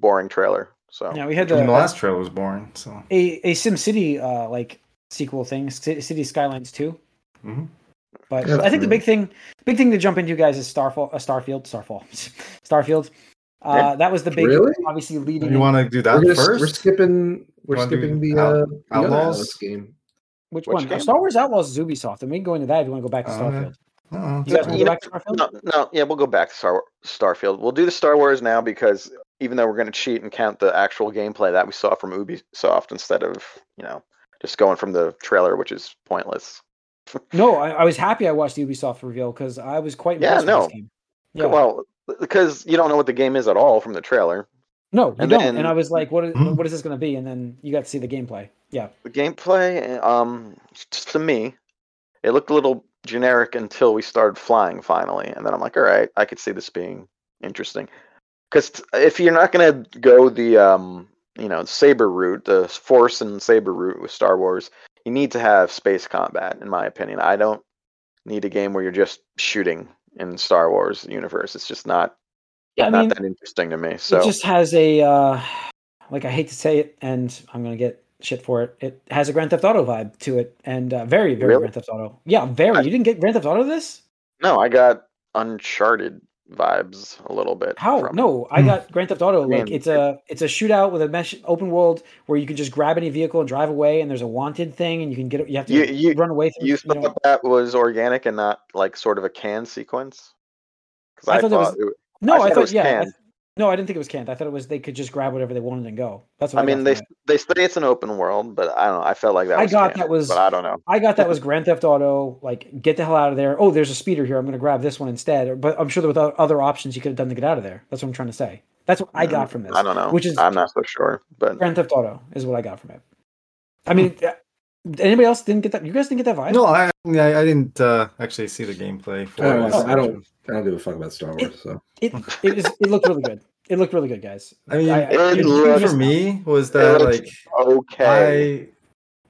[SPEAKER 2] boring trailer. So
[SPEAKER 1] Yeah, we had
[SPEAKER 3] I mean, the
[SPEAKER 1] the,
[SPEAKER 3] last trailer was boring. So
[SPEAKER 1] a a Sim City uh, like sequel thing, Ci- City Skylines Two.
[SPEAKER 2] Mm-hmm.
[SPEAKER 3] Mhm.
[SPEAKER 1] But
[SPEAKER 4] Yeah.
[SPEAKER 1] I think the big thing, big thing to jump into, guys, is Starfall, uh, Starfield, Starfall, Starfield. Uh, that was the big,
[SPEAKER 4] Really?
[SPEAKER 1] obviously leading.
[SPEAKER 3] you
[SPEAKER 1] in-
[SPEAKER 3] want to do that
[SPEAKER 4] We're, gonna, we we're
[SPEAKER 3] first?
[SPEAKER 4] skipping. We're
[SPEAKER 3] Wanna do
[SPEAKER 4] skipping the,
[SPEAKER 3] Out-
[SPEAKER 4] uh, the other
[SPEAKER 3] Outlaws?
[SPEAKER 4] Atlas game.
[SPEAKER 1] which
[SPEAKER 2] Which
[SPEAKER 1] one? Uh,
[SPEAKER 2] game?
[SPEAKER 1] Star Wars Outlaws is Ubisoft, and we can go into that if you want to go back to
[SPEAKER 3] Oh,
[SPEAKER 1] Starfield.
[SPEAKER 3] okay.
[SPEAKER 1] You
[SPEAKER 3] Oh,
[SPEAKER 1] guys want
[SPEAKER 2] You
[SPEAKER 1] to go
[SPEAKER 2] know,
[SPEAKER 1] back to Starfield?
[SPEAKER 2] no, no, yeah, we'll go back to Star Starfield. We'll do the Star Wars now because even though we're going to cheat and count the actual gameplay that we saw from Ubisoft instead of you know just going from the trailer, which is pointless.
[SPEAKER 1] No, I, I was happy I watched the Ubisoft reveal because I was quite
[SPEAKER 2] Yeah,
[SPEAKER 1] impressed with
[SPEAKER 2] no.
[SPEAKER 1] this game.
[SPEAKER 2] C- Well, because you don't know what the game is at all from the trailer.
[SPEAKER 1] No, you
[SPEAKER 2] And
[SPEAKER 1] don't.
[SPEAKER 2] then-
[SPEAKER 1] and I was like, what is,
[SPEAKER 3] Hmm.
[SPEAKER 1] what is this going to be? And then you got to see the gameplay. Yeah.
[SPEAKER 2] The gameplay, um, just to me, it looked a little generic until we started flying finally, and then I'm like, all right, I could see this being interesting. Because if you're not gonna go the um, you know, saber route, the force and saber route with Star Wars, you need to have space combat, in my opinion. I don't need a game where you're just shooting in Star Wars universe. It's just not
[SPEAKER 1] Yeah, I
[SPEAKER 2] not
[SPEAKER 1] mean,
[SPEAKER 2] that interesting to me. So
[SPEAKER 1] it just has a, uh, like, I hate to say it, and I'm going to get shit for it. It has a Grand Theft Auto vibe to it, and uh, very, very
[SPEAKER 2] Really?
[SPEAKER 1] Grand Theft Auto. Yeah, very.
[SPEAKER 2] I-
[SPEAKER 1] You didn't get Grand Theft Auto this?
[SPEAKER 2] no, I got Uncharted vibes a little bit.
[SPEAKER 1] How?
[SPEAKER 2] from it.
[SPEAKER 1] No, I
[SPEAKER 3] Hmm.
[SPEAKER 1] got Grand Theft Auto. Like
[SPEAKER 2] Man,
[SPEAKER 1] it's a it's a shootout with a mesh open world where you can just grab any vehicle and drive away, and there's a wanted thing, and you can get you have to
[SPEAKER 2] You- you-
[SPEAKER 1] run away. Through,
[SPEAKER 2] you
[SPEAKER 1] you
[SPEAKER 2] thought
[SPEAKER 1] know.
[SPEAKER 2] that was organic and not like sort of a canned sequence? Because
[SPEAKER 1] I
[SPEAKER 2] I,
[SPEAKER 1] thought
[SPEAKER 2] thought,
[SPEAKER 1] that was-
[SPEAKER 2] it w-
[SPEAKER 1] No,
[SPEAKER 2] I
[SPEAKER 1] I
[SPEAKER 2] thought
[SPEAKER 1] thought,
[SPEAKER 2] it was
[SPEAKER 1] yeah. I
[SPEAKER 2] canned.
[SPEAKER 1] th- no, I didn't think it was canned. I thought it was they could just grab whatever they wanted and go. That's what
[SPEAKER 2] I
[SPEAKER 1] I,
[SPEAKER 2] mean,
[SPEAKER 1] got
[SPEAKER 2] they
[SPEAKER 1] from it.
[SPEAKER 2] they say it's an open world, but I don't know. I felt like that.
[SPEAKER 1] I
[SPEAKER 2] was
[SPEAKER 1] got
[SPEAKER 2] canned,
[SPEAKER 1] that was-
[SPEAKER 2] but I don't know.
[SPEAKER 1] I got that was Grand Theft Auto. Like, get the hell out of there. Oh, there's a speeder here. I'm going to grab this one instead. Or- But I'm sure there were oth- other options you could have done to get out of there. That's what I'm trying to say. That's what I got from this.
[SPEAKER 2] I don't know.
[SPEAKER 1] Which is
[SPEAKER 2] I'm not so sure, but
[SPEAKER 1] Grand Theft Auto is what I got from it. I mean, uh, anybody else didn't get that? You guys didn't get that vibe?
[SPEAKER 3] no, I I, I didn't uh, actually see the gameplay for
[SPEAKER 4] Uh, I don't,
[SPEAKER 3] it.
[SPEAKER 4] know. I don't. I don't give a fuck about Star Wars. So
[SPEAKER 1] It it, was, it looked really good. It looked really good, guys.
[SPEAKER 3] I mean,
[SPEAKER 1] I- I-
[SPEAKER 3] the
[SPEAKER 2] It
[SPEAKER 3] key
[SPEAKER 2] looks-
[SPEAKER 3] for me was that
[SPEAKER 2] looks
[SPEAKER 3] like
[SPEAKER 2] okay.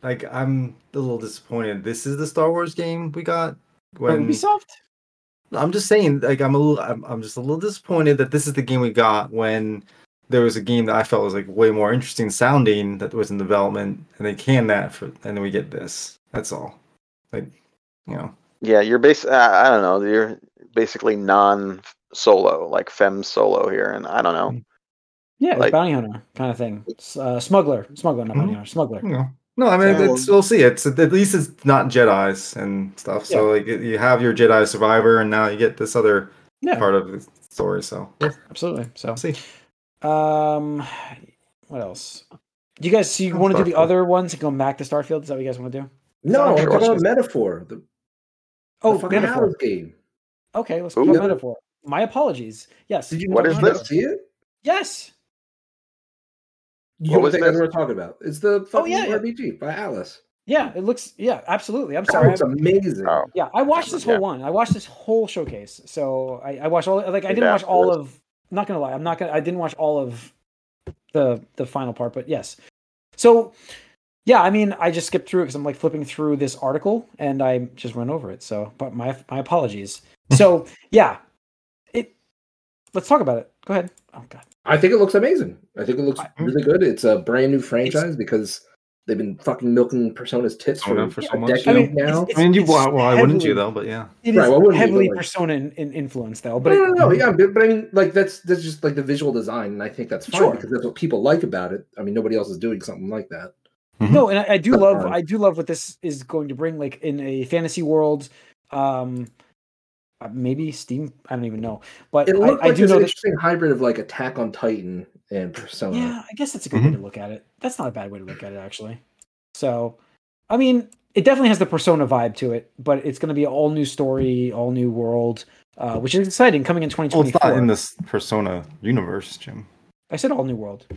[SPEAKER 3] I like I'm a little disappointed. This is the Star Wars game we got. When
[SPEAKER 1] Uh, Ubisoft.
[SPEAKER 3] I'm just saying, like I'm a little, I'm, I'm just a little disappointed that this is the game we got when there was a game that I felt was like way more interesting sounding that was in development, and they canned that for, and then we get this. That's all. Like, you know,
[SPEAKER 2] Yeah, you're bas Uh, I don't know. You're basically non-solo, like fem solo here, and I don't
[SPEAKER 1] Mm,
[SPEAKER 2] know.
[SPEAKER 1] Yeah, it's
[SPEAKER 2] Like-
[SPEAKER 1] bounty hunter kind of thing. S- Uh, smuggler, smuggler, not bounty
[SPEAKER 3] Mhm.
[SPEAKER 1] hunter, smuggler.
[SPEAKER 3] you know. No, I mean
[SPEAKER 2] Yeah,
[SPEAKER 3] it's, we'll see. It's at least it's not Jedi's and stuff. So like you have your Jedi survivor, and now you get this other
[SPEAKER 1] Yeah.
[SPEAKER 3] part of the story. So we'll
[SPEAKER 1] Absolutely. So,
[SPEAKER 3] see.
[SPEAKER 1] um, what else? Do you guys so you
[SPEAKER 3] Oh,
[SPEAKER 1] want to do the
[SPEAKER 3] Starfield.
[SPEAKER 1] other ones and go back to Starfield? Is that what you guys want to do?
[SPEAKER 4] No,
[SPEAKER 1] Sure.
[SPEAKER 4] I'm talking about metaphor. The,
[SPEAKER 1] Oh,
[SPEAKER 4] the fucking
[SPEAKER 1] metaphor.
[SPEAKER 4] Alice game.
[SPEAKER 1] Okay, let's
[SPEAKER 2] Who?
[SPEAKER 1] talk about metaphor. My apologies. Yes.
[SPEAKER 4] Did you
[SPEAKER 2] What
[SPEAKER 4] not
[SPEAKER 2] is
[SPEAKER 4] not
[SPEAKER 2] this?
[SPEAKER 4] See it?
[SPEAKER 1] Yes.
[SPEAKER 4] You
[SPEAKER 2] What
[SPEAKER 4] don't
[SPEAKER 2] was
[SPEAKER 4] think I know
[SPEAKER 2] this?
[SPEAKER 4] what we're talking about? It's the
[SPEAKER 1] Oh,
[SPEAKER 4] fucking
[SPEAKER 1] yeah, yeah.
[SPEAKER 4] RPG by Alice.
[SPEAKER 1] Yeah, it looks. Yeah, absolutely. I'm
[SPEAKER 4] Sorry,
[SPEAKER 1] sorry.
[SPEAKER 4] it's amazing.
[SPEAKER 2] Oh.
[SPEAKER 1] Yeah, I watched this whole
[SPEAKER 2] Yeah.
[SPEAKER 1] one. I watched this whole showcase. So I, I watched all like I didn't
[SPEAKER 2] Yeah,
[SPEAKER 1] watch all
[SPEAKER 2] it
[SPEAKER 1] of. I'm not gonna lie, I'm not gonna. I didn't watch all of the the final part, but yes. So yeah, I mean, I just skipped through it because I'm like flipping through this article and I just went over it. So, but my my apologies. So yeah, it. Let's talk about it. Go ahead. Oh god.
[SPEAKER 4] I think it looks amazing. I think it looks
[SPEAKER 1] I-
[SPEAKER 4] really good. It's a brand new franchise because they've been fucking milking Persona's tits for,
[SPEAKER 3] Persona for so
[SPEAKER 4] a
[SPEAKER 3] much,
[SPEAKER 4] decade
[SPEAKER 3] yeah. I
[SPEAKER 1] mean,
[SPEAKER 4] now.
[SPEAKER 1] it's-
[SPEAKER 3] I mean, you
[SPEAKER 1] it's
[SPEAKER 3] well, why wouldn't you
[SPEAKER 1] heavily-
[SPEAKER 3] though? But yeah,
[SPEAKER 1] It is
[SPEAKER 4] Right, what would it be,
[SPEAKER 1] heavily
[SPEAKER 4] like-
[SPEAKER 1] persona in, in influence though, but it- Mhm.
[SPEAKER 4] no, no, no, yeah, but, but I mean, like that's that's just like the visual design, and I think that's fine
[SPEAKER 1] Sure.
[SPEAKER 4] because that's what people like about it. I mean, nobody else is doing something like that.
[SPEAKER 1] no and I, I do
[SPEAKER 4] But,
[SPEAKER 1] love
[SPEAKER 4] um,
[SPEAKER 1] i do love what this is going to bring like in a fantasy world um uh, maybe steam i don't even know but
[SPEAKER 4] It
[SPEAKER 1] I,
[SPEAKER 4] looked
[SPEAKER 1] I
[SPEAKER 4] like
[SPEAKER 1] do
[SPEAKER 4] this
[SPEAKER 1] know that
[SPEAKER 4] interesting hybrid of like Attack on Titan and Persona.
[SPEAKER 1] yeah i guess that's a good
[SPEAKER 3] Mm-hmm.
[SPEAKER 1] way to look at it that's not a bad way to look at it actually so i mean it definitely has the persona vibe to it but it's going to be an all new story all new world uh, which is exciting coming in
[SPEAKER 3] well, it's
[SPEAKER 1] 2024
[SPEAKER 3] not in this Persona universe, Jim.
[SPEAKER 1] i said all new world Oh,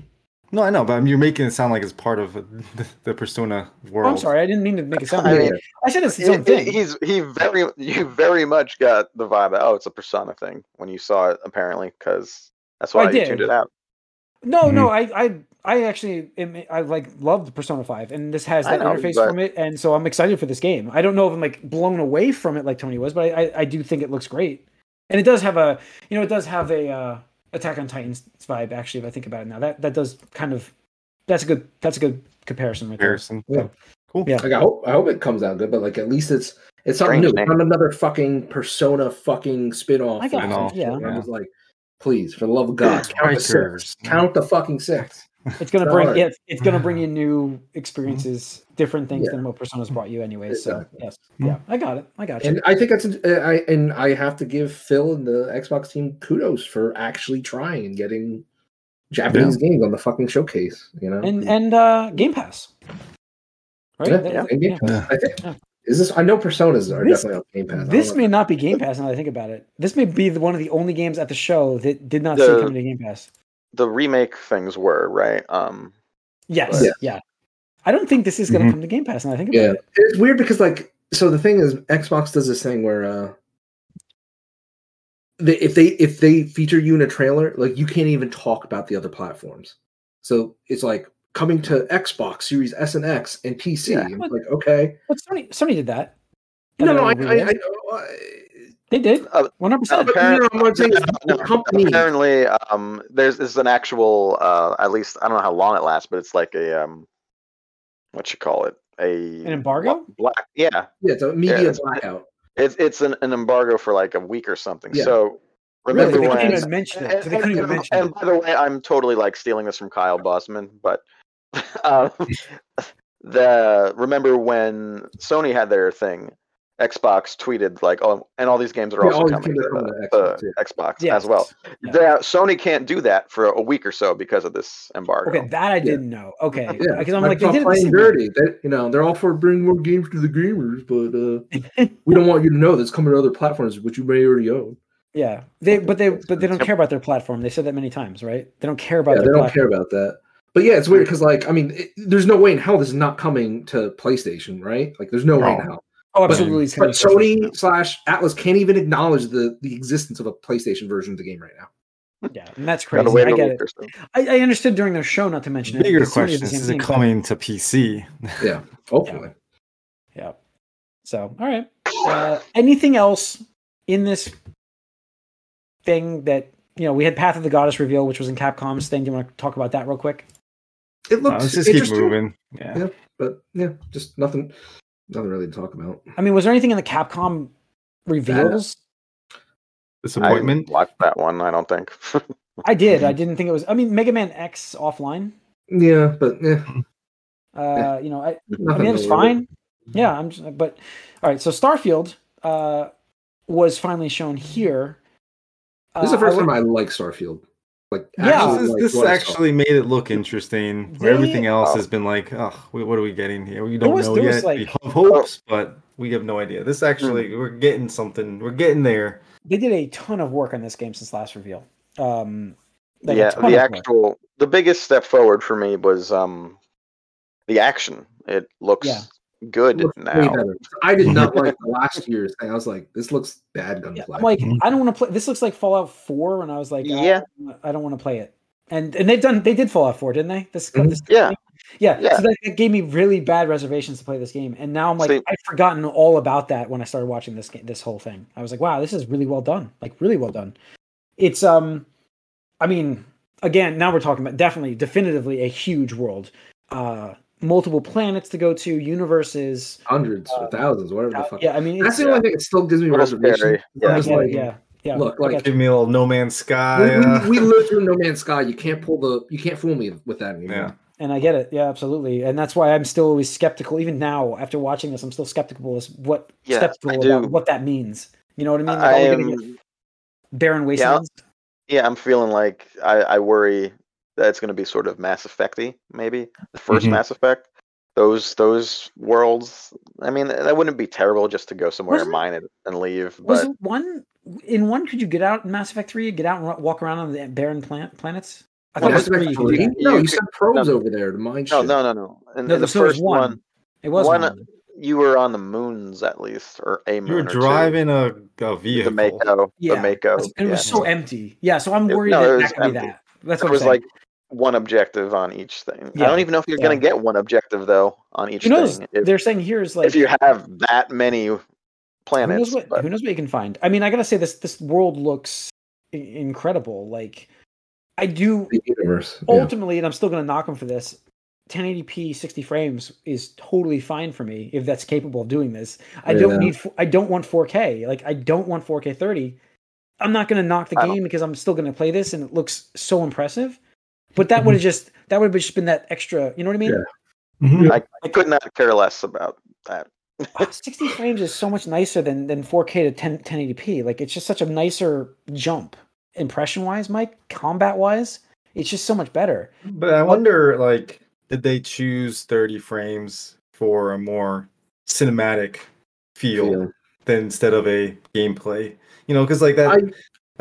[SPEAKER 3] No, I know, but I mean, you're making it sound like it's part of the, the Persona
[SPEAKER 1] Oh,
[SPEAKER 3] world.
[SPEAKER 1] i'm sorry i didn't mean to make it sound
[SPEAKER 2] I
[SPEAKER 1] like
[SPEAKER 2] mean,
[SPEAKER 1] that. i said it's its
[SPEAKER 2] He-
[SPEAKER 1] own thing
[SPEAKER 2] he- he's he very you very much got the vibe. Oh, it's a persona thing when you saw it apparently because that's
[SPEAKER 1] I
[SPEAKER 2] why you
[SPEAKER 1] did.
[SPEAKER 2] tuned it out.
[SPEAKER 1] No, no, I, I, I actually, am, I like loved Persona Five, and this has
[SPEAKER 2] I
[SPEAKER 1] that
[SPEAKER 2] know,
[SPEAKER 1] interface
[SPEAKER 2] but-
[SPEAKER 1] from it, and so I'm excited for this game. I don't know if I'm like blown away from it like Tony was, but I, I, I do think it looks great, and it does have a, you know, it does have a uh, Attack on Titans vibe. Actually, if I think about it now, that that does kind of, that's a good, that's a good comparison right there.
[SPEAKER 3] Comparison.
[SPEAKER 4] Yeah.
[SPEAKER 3] Cool.
[SPEAKER 1] Yeah.
[SPEAKER 4] Like I hope I hope it comes out good, but like at least it's it's something
[SPEAKER 2] Strange
[SPEAKER 4] new. It's
[SPEAKER 2] name.
[SPEAKER 4] not another fucking persona fucking spin-off.
[SPEAKER 1] I got
[SPEAKER 4] or
[SPEAKER 3] it,
[SPEAKER 4] something.
[SPEAKER 1] yeah.
[SPEAKER 4] And I'm
[SPEAKER 3] Yeah.
[SPEAKER 4] just like, please, for the love of God, count the six.
[SPEAKER 3] Strikers.
[SPEAKER 4] Count the fucking six.
[SPEAKER 1] It's gonna bring,
[SPEAKER 4] Alright.
[SPEAKER 1] yeah, it's, it's gonna bring you new experiences, different things
[SPEAKER 4] Yeah.
[SPEAKER 1] than what Persona's brought you, anyway. So
[SPEAKER 4] Exactly.
[SPEAKER 1] yes, yeah, I got it, I got you.
[SPEAKER 4] And I think that's uh, I and I have to give Phil and the Xbox team kudos for actually trying and getting Japanese games on the fucking showcase. You know,
[SPEAKER 1] and and uh Game Pass. Right?
[SPEAKER 4] Yeah,
[SPEAKER 1] That-
[SPEAKER 4] yeah,
[SPEAKER 1] that-
[SPEAKER 4] and Game
[SPEAKER 1] yeah.
[SPEAKER 3] Yeah.
[SPEAKER 4] I think
[SPEAKER 1] Yeah.
[SPEAKER 4] is this. I know personas are
[SPEAKER 1] This-
[SPEAKER 4] definitely on Game Pass. I
[SPEAKER 1] This
[SPEAKER 4] don't
[SPEAKER 1] may not be Game Pass now that I think about it. This may be the, one of the only games at the show that did not see
[SPEAKER 2] The-
[SPEAKER 1] coming to Game Pass.
[SPEAKER 2] The remake things were right. Um,
[SPEAKER 1] Yes.
[SPEAKER 4] Yeah.
[SPEAKER 1] Yeah. I don't think this is
[SPEAKER 4] Mm-hmm.
[SPEAKER 1] going to
[SPEAKER 3] Mhm.
[SPEAKER 1] come to Game Pass now. I think about
[SPEAKER 4] Yeah,
[SPEAKER 1] it.
[SPEAKER 4] it's weird because like so the thing is Xbox does this thing where uh they, if they if they feature you in a trailer, like you can't even talk about the other platforms. So it's like coming to Xbox Series S and X and PC.
[SPEAKER 2] Yeah.
[SPEAKER 4] and it's like okay,
[SPEAKER 1] But Sony, Sony did that.
[SPEAKER 4] no, no, I,
[SPEAKER 1] Another
[SPEAKER 4] I, I,
[SPEAKER 1] remake.
[SPEAKER 4] know, I
[SPEAKER 1] they did
[SPEAKER 2] Uh,
[SPEAKER 1] 100%.
[SPEAKER 2] uh,
[SPEAKER 4] but you know what I'm saying is
[SPEAKER 2] no,
[SPEAKER 4] the company.
[SPEAKER 2] apparently, um, there's this is an actual. Uh, at least I don't know how long it lasts, but it's like a um, what you call it a
[SPEAKER 1] An embargo?
[SPEAKER 2] black. Yeah,
[SPEAKER 4] yeah, it's a media
[SPEAKER 2] it's-
[SPEAKER 4] blackout.
[SPEAKER 2] it's it's an, an embargo for like a week or something.
[SPEAKER 4] Yeah.
[SPEAKER 2] So
[SPEAKER 4] Really,
[SPEAKER 2] remember
[SPEAKER 1] They
[SPEAKER 2] when
[SPEAKER 1] couldn't even mention it. They couldn't even
[SPEAKER 2] and-
[SPEAKER 1] mention
[SPEAKER 2] and
[SPEAKER 1] it.
[SPEAKER 2] by the way, I'm totally like stealing this from Kyle Bossman, but um, the remember when Sony had their thing, Xbox tweeted like, "Oh, and all these games are
[SPEAKER 4] Yeah,
[SPEAKER 2] also
[SPEAKER 4] all these
[SPEAKER 2] coming
[SPEAKER 4] games
[SPEAKER 2] to
[SPEAKER 4] are coming
[SPEAKER 2] the-
[SPEAKER 4] to Xbox,
[SPEAKER 2] the Xbox
[SPEAKER 1] Yeah.
[SPEAKER 2] as well."
[SPEAKER 1] Yeah.
[SPEAKER 2] They- Sony can't do that for a week or so because of this embargo.
[SPEAKER 1] Okay, that I didn't know. Okay.
[SPEAKER 4] Yeah,
[SPEAKER 1] Because I'm like, they
[SPEAKER 4] Microsoft
[SPEAKER 1] did it the
[SPEAKER 4] playing
[SPEAKER 1] same way.
[SPEAKER 4] dirty. They, you know, they're all for bringing more games to the gamers, but uh, we don't want you to know that's coming to other platforms, which you may already own.
[SPEAKER 1] Yeah. They but they but they don't
[SPEAKER 2] Yep.
[SPEAKER 1] care about their platform. They said that many times, right? They don't care about
[SPEAKER 4] Yeah, they
[SPEAKER 1] their
[SPEAKER 4] don't
[SPEAKER 1] platform.
[SPEAKER 4] care about that. But yeah, it's weird because, like, I mean, it, there's no way in hell this is not coming to PlayStation, right? Like, there's no way in
[SPEAKER 3] No.
[SPEAKER 4] hell.
[SPEAKER 1] Oh,
[SPEAKER 4] But-
[SPEAKER 1] absolutely. it's
[SPEAKER 4] But
[SPEAKER 1] gonna be-
[SPEAKER 4] Sony slash Atlas can't even acknowledge the the existence of a PlayStation version of the game right now.
[SPEAKER 1] Yeah, and that's
[SPEAKER 2] Gotta
[SPEAKER 1] crazy.
[SPEAKER 2] wait
[SPEAKER 1] I
[SPEAKER 2] a
[SPEAKER 1] get
[SPEAKER 2] week
[SPEAKER 1] it.
[SPEAKER 2] or so.
[SPEAKER 1] I, I understood during their show not to mention it.
[SPEAKER 3] Bigger
[SPEAKER 1] because Sony
[SPEAKER 3] question:
[SPEAKER 1] the same
[SPEAKER 3] Is
[SPEAKER 1] thing,
[SPEAKER 3] it
[SPEAKER 1] but-
[SPEAKER 3] coming to PC?
[SPEAKER 4] Yeah, hopefully.
[SPEAKER 1] Yeah. So, all right. Uh, anything else in this thing that you know? We had Path of the Goddess reveal, which was in Capcom's thing. Do you want to talk about that real quick?
[SPEAKER 4] It
[SPEAKER 3] No,
[SPEAKER 4] looks
[SPEAKER 3] let's just keep
[SPEAKER 4] interesting,
[SPEAKER 3] moving. Yeah.
[SPEAKER 4] Yeah. but yeah, just nothing, nothing really to talk about.
[SPEAKER 1] I mean, was there anything in the Capcom reveals?
[SPEAKER 3] Disappointment.
[SPEAKER 2] I watched that one. I don't think.
[SPEAKER 1] I
[SPEAKER 2] Mm-hmm.
[SPEAKER 1] did. I didn't think it was. I mean, Mega Man X offline.
[SPEAKER 4] Yeah, but yeah,
[SPEAKER 1] Uh, you know, I, I
[SPEAKER 4] nothing
[SPEAKER 1] mean, it was
[SPEAKER 4] really.
[SPEAKER 1] fine. Yeah, I'm just, but all right. So Starfield uh, was finally shown here.
[SPEAKER 4] This is the
[SPEAKER 1] Uh,
[SPEAKER 4] first
[SPEAKER 1] I
[SPEAKER 4] time
[SPEAKER 1] would-
[SPEAKER 4] I like Starfield. Like,
[SPEAKER 1] Yeah.
[SPEAKER 4] actually
[SPEAKER 3] this is,
[SPEAKER 4] like
[SPEAKER 3] this
[SPEAKER 4] what I saw.
[SPEAKER 3] actually made it look interesting. Where
[SPEAKER 1] They-
[SPEAKER 3] everything else
[SPEAKER 2] Oh.
[SPEAKER 3] has been like, oh, we- what are we getting here? We don't
[SPEAKER 1] was-
[SPEAKER 3] know
[SPEAKER 1] there was,
[SPEAKER 3] yet. we
[SPEAKER 1] like- Hmm.
[SPEAKER 3] have hopes, but we have no idea. This actually, we're getting something. We're getting there.
[SPEAKER 1] they did a ton of work on this game since last reveal. Um, like a
[SPEAKER 2] yeah,
[SPEAKER 1] ton
[SPEAKER 2] the
[SPEAKER 1] of work.
[SPEAKER 2] actual the biggest step forward for me was um the action. It looks
[SPEAKER 1] Yeah.
[SPEAKER 2] good
[SPEAKER 4] Looks way
[SPEAKER 2] now.
[SPEAKER 4] better. I did not like last year's thing. I was like, this looks bad gunplay.
[SPEAKER 1] Yeah, I'm like,
[SPEAKER 3] Mhm.
[SPEAKER 1] I don't want to play. This looks like Fallout Four, and I was like, I-
[SPEAKER 2] Yeah.
[SPEAKER 1] I don't want to play it. And and they've done they did Fallout Four, didn't they? This,
[SPEAKER 4] Mhm.
[SPEAKER 1] this
[SPEAKER 2] Yeah.
[SPEAKER 1] yeah.
[SPEAKER 2] Yeah.
[SPEAKER 1] So that, that gave me really bad reservations to play this game, and now I'm like,
[SPEAKER 2] Same.
[SPEAKER 1] I've forgotten all about that when I started watching this game, this whole thing. I was like, wow, this is really well done, like really well done. It's um, I mean, again, now we're talking about definitely, definitively a huge world, uh, multiple planets to go to, universes.
[SPEAKER 4] hundreds or thousands, whatever the
[SPEAKER 1] Uh,
[SPEAKER 4] fuck.
[SPEAKER 1] yeah, I mean, it's,
[SPEAKER 4] That's the only thing that still gives me
[SPEAKER 2] A little
[SPEAKER 4] reservations.
[SPEAKER 2] scary, yeah.
[SPEAKER 4] I'm just
[SPEAKER 1] yeah,
[SPEAKER 4] like,
[SPEAKER 1] yeah, yeah.
[SPEAKER 4] look,
[SPEAKER 1] I
[SPEAKER 4] like,
[SPEAKER 1] got you.
[SPEAKER 3] Give me a little No Man's
[SPEAKER 4] we,
[SPEAKER 3] Sky. uh,
[SPEAKER 4] we, we live through No Man's Sky. You can't pull the, you can't fool me with that anymore.
[SPEAKER 3] Yeah.
[SPEAKER 1] and I get it. Yeah, absolutely. And that's why I'm still always skeptical. Even now, after watching this, I'm still skeptical as what
[SPEAKER 2] Yeah,
[SPEAKER 1] skeptical
[SPEAKER 2] I do.
[SPEAKER 1] about what that means. You know what I mean?
[SPEAKER 2] I
[SPEAKER 1] Like, are we gonna
[SPEAKER 2] am.
[SPEAKER 1] get barren wastelands?
[SPEAKER 2] Yeah, I'm feeling like I, I worry that it's going to be sort of Mass Effecty, maybe the 1st
[SPEAKER 1] Mm-hmm.
[SPEAKER 3] Mhm.
[SPEAKER 2] Mass Effect. Those those worlds. I mean, that wouldn't be terrible just to go somewhere,
[SPEAKER 1] Wasn't-
[SPEAKER 2] mine it, and leave.
[SPEAKER 1] Was
[SPEAKER 2] But
[SPEAKER 1] it one in one? Could you get out in Mass Effect Three? Get out and ro- walk around on the barren plant planets? I
[SPEAKER 4] Mass
[SPEAKER 1] it was
[SPEAKER 4] Effect
[SPEAKER 1] three you could do
[SPEAKER 4] three?
[SPEAKER 1] that.
[SPEAKER 4] No,
[SPEAKER 2] You
[SPEAKER 4] you
[SPEAKER 2] could-
[SPEAKER 4] sent probes
[SPEAKER 2] no.
[SPEAKER 4] over there to mine
[SPEAKER 2] no,
[SPEAKER 4] shit.
[SPEAKER 2] no, no, no. In,
[SPEAKER 1] No,
[SPEAKER 2] in the
[SPEAKER 1] so there's
[SPEAKER 2] first
[SPEAKER 1] one.
[SPEAKER 2] one.
[SPEAKER 1] It was
[SPEAKER 2] One-
[SPEAKER 1] one.
[SPEAKER 2] you were on the moons at least, or a moon.
[SPEAKER 3] you were
[SPEAKER 2] or two.
[SPEAKER 3] driving a, a
[SPEAKER 2] the
[SPEAKER 3] vehicle.
[SPEAKER 2] Mako.
[SPEAKER 1] Yeah,
[SPEAKER 2] the Mako.
[SPEAKER 1] And it was so empty. Yeah, so I'm
[SPEAKER 2] oh, It-
[SPEAKER 1] worried
[SPEAKER 2] no, it
[SPEAKER 1] that
[SPEAKER 2] was
[SPEAKER 1] that could be
[SPEAKER 2] empty.
[SPEAKER 1] that. That's what
[SPEAKER 2] There
[SPEAKER 1] I'm
[SPEAKER 2] was
[SPEAKER 1] saying.
[SPEAKER 2] like one objective on each thing.
[SPEAKER 1] Yeah,
[SPEAKER 2] I don't even know if you're going
[SPEAKER 1] yeah.
[SPEAKER 2] to get one objective though on each
[SPEAKER 1] Who knows?
[SPEAKER 2] thing. If,
[SPEAKER 1] They're saying here is like
[SPEAKER 2] if you have that many planets,
[SPEAKER 1] Who knows what?
[SPEAKER 2] but-
[SPEAKER 1] Who knows what you can find? I mean, I gotta say this. This world looks I- incredible. Like, I do
[SPEAKER 4] The universe. Yeah.
[SPEAKER 1] ultimately, and I'm still gonna knock them for this. 1080p 60 frames is totally fine for me if that's capable of doing this. I
[SPEAKER 4] Yeah.
[SPEAKER 1] don't need. f- I don't want 4K. Like, I don't want 4K 30. I'm not gonna knock the
[SPEAKER 2] I don't-
[SPEAKER 1] game because I'm still gonna play this, and it looks so impressive. But that would have just that would have just been that extra. You know what I mean?
[SPEAKER 4] Mm-hmm. Yeah.
[SPEAKER 3] Mhm.
[SPEAKER 2] I, I could not care less about that.
[SPEAKER 1] 60 Ah, frames is so much nicer than than 4K to 10 1080p. Like it's just such a nicer jump impression wise, Mike, combat wise. It's just so much better.
[SPEAKER 3] But I wonder, like, did they choose 30 frames for a more cinematic feel
[SPEAKER 4] Yeah.
[SPEAKER 3] than instead of a gameplay? You know, because like that,
[SPEAKER 4] I-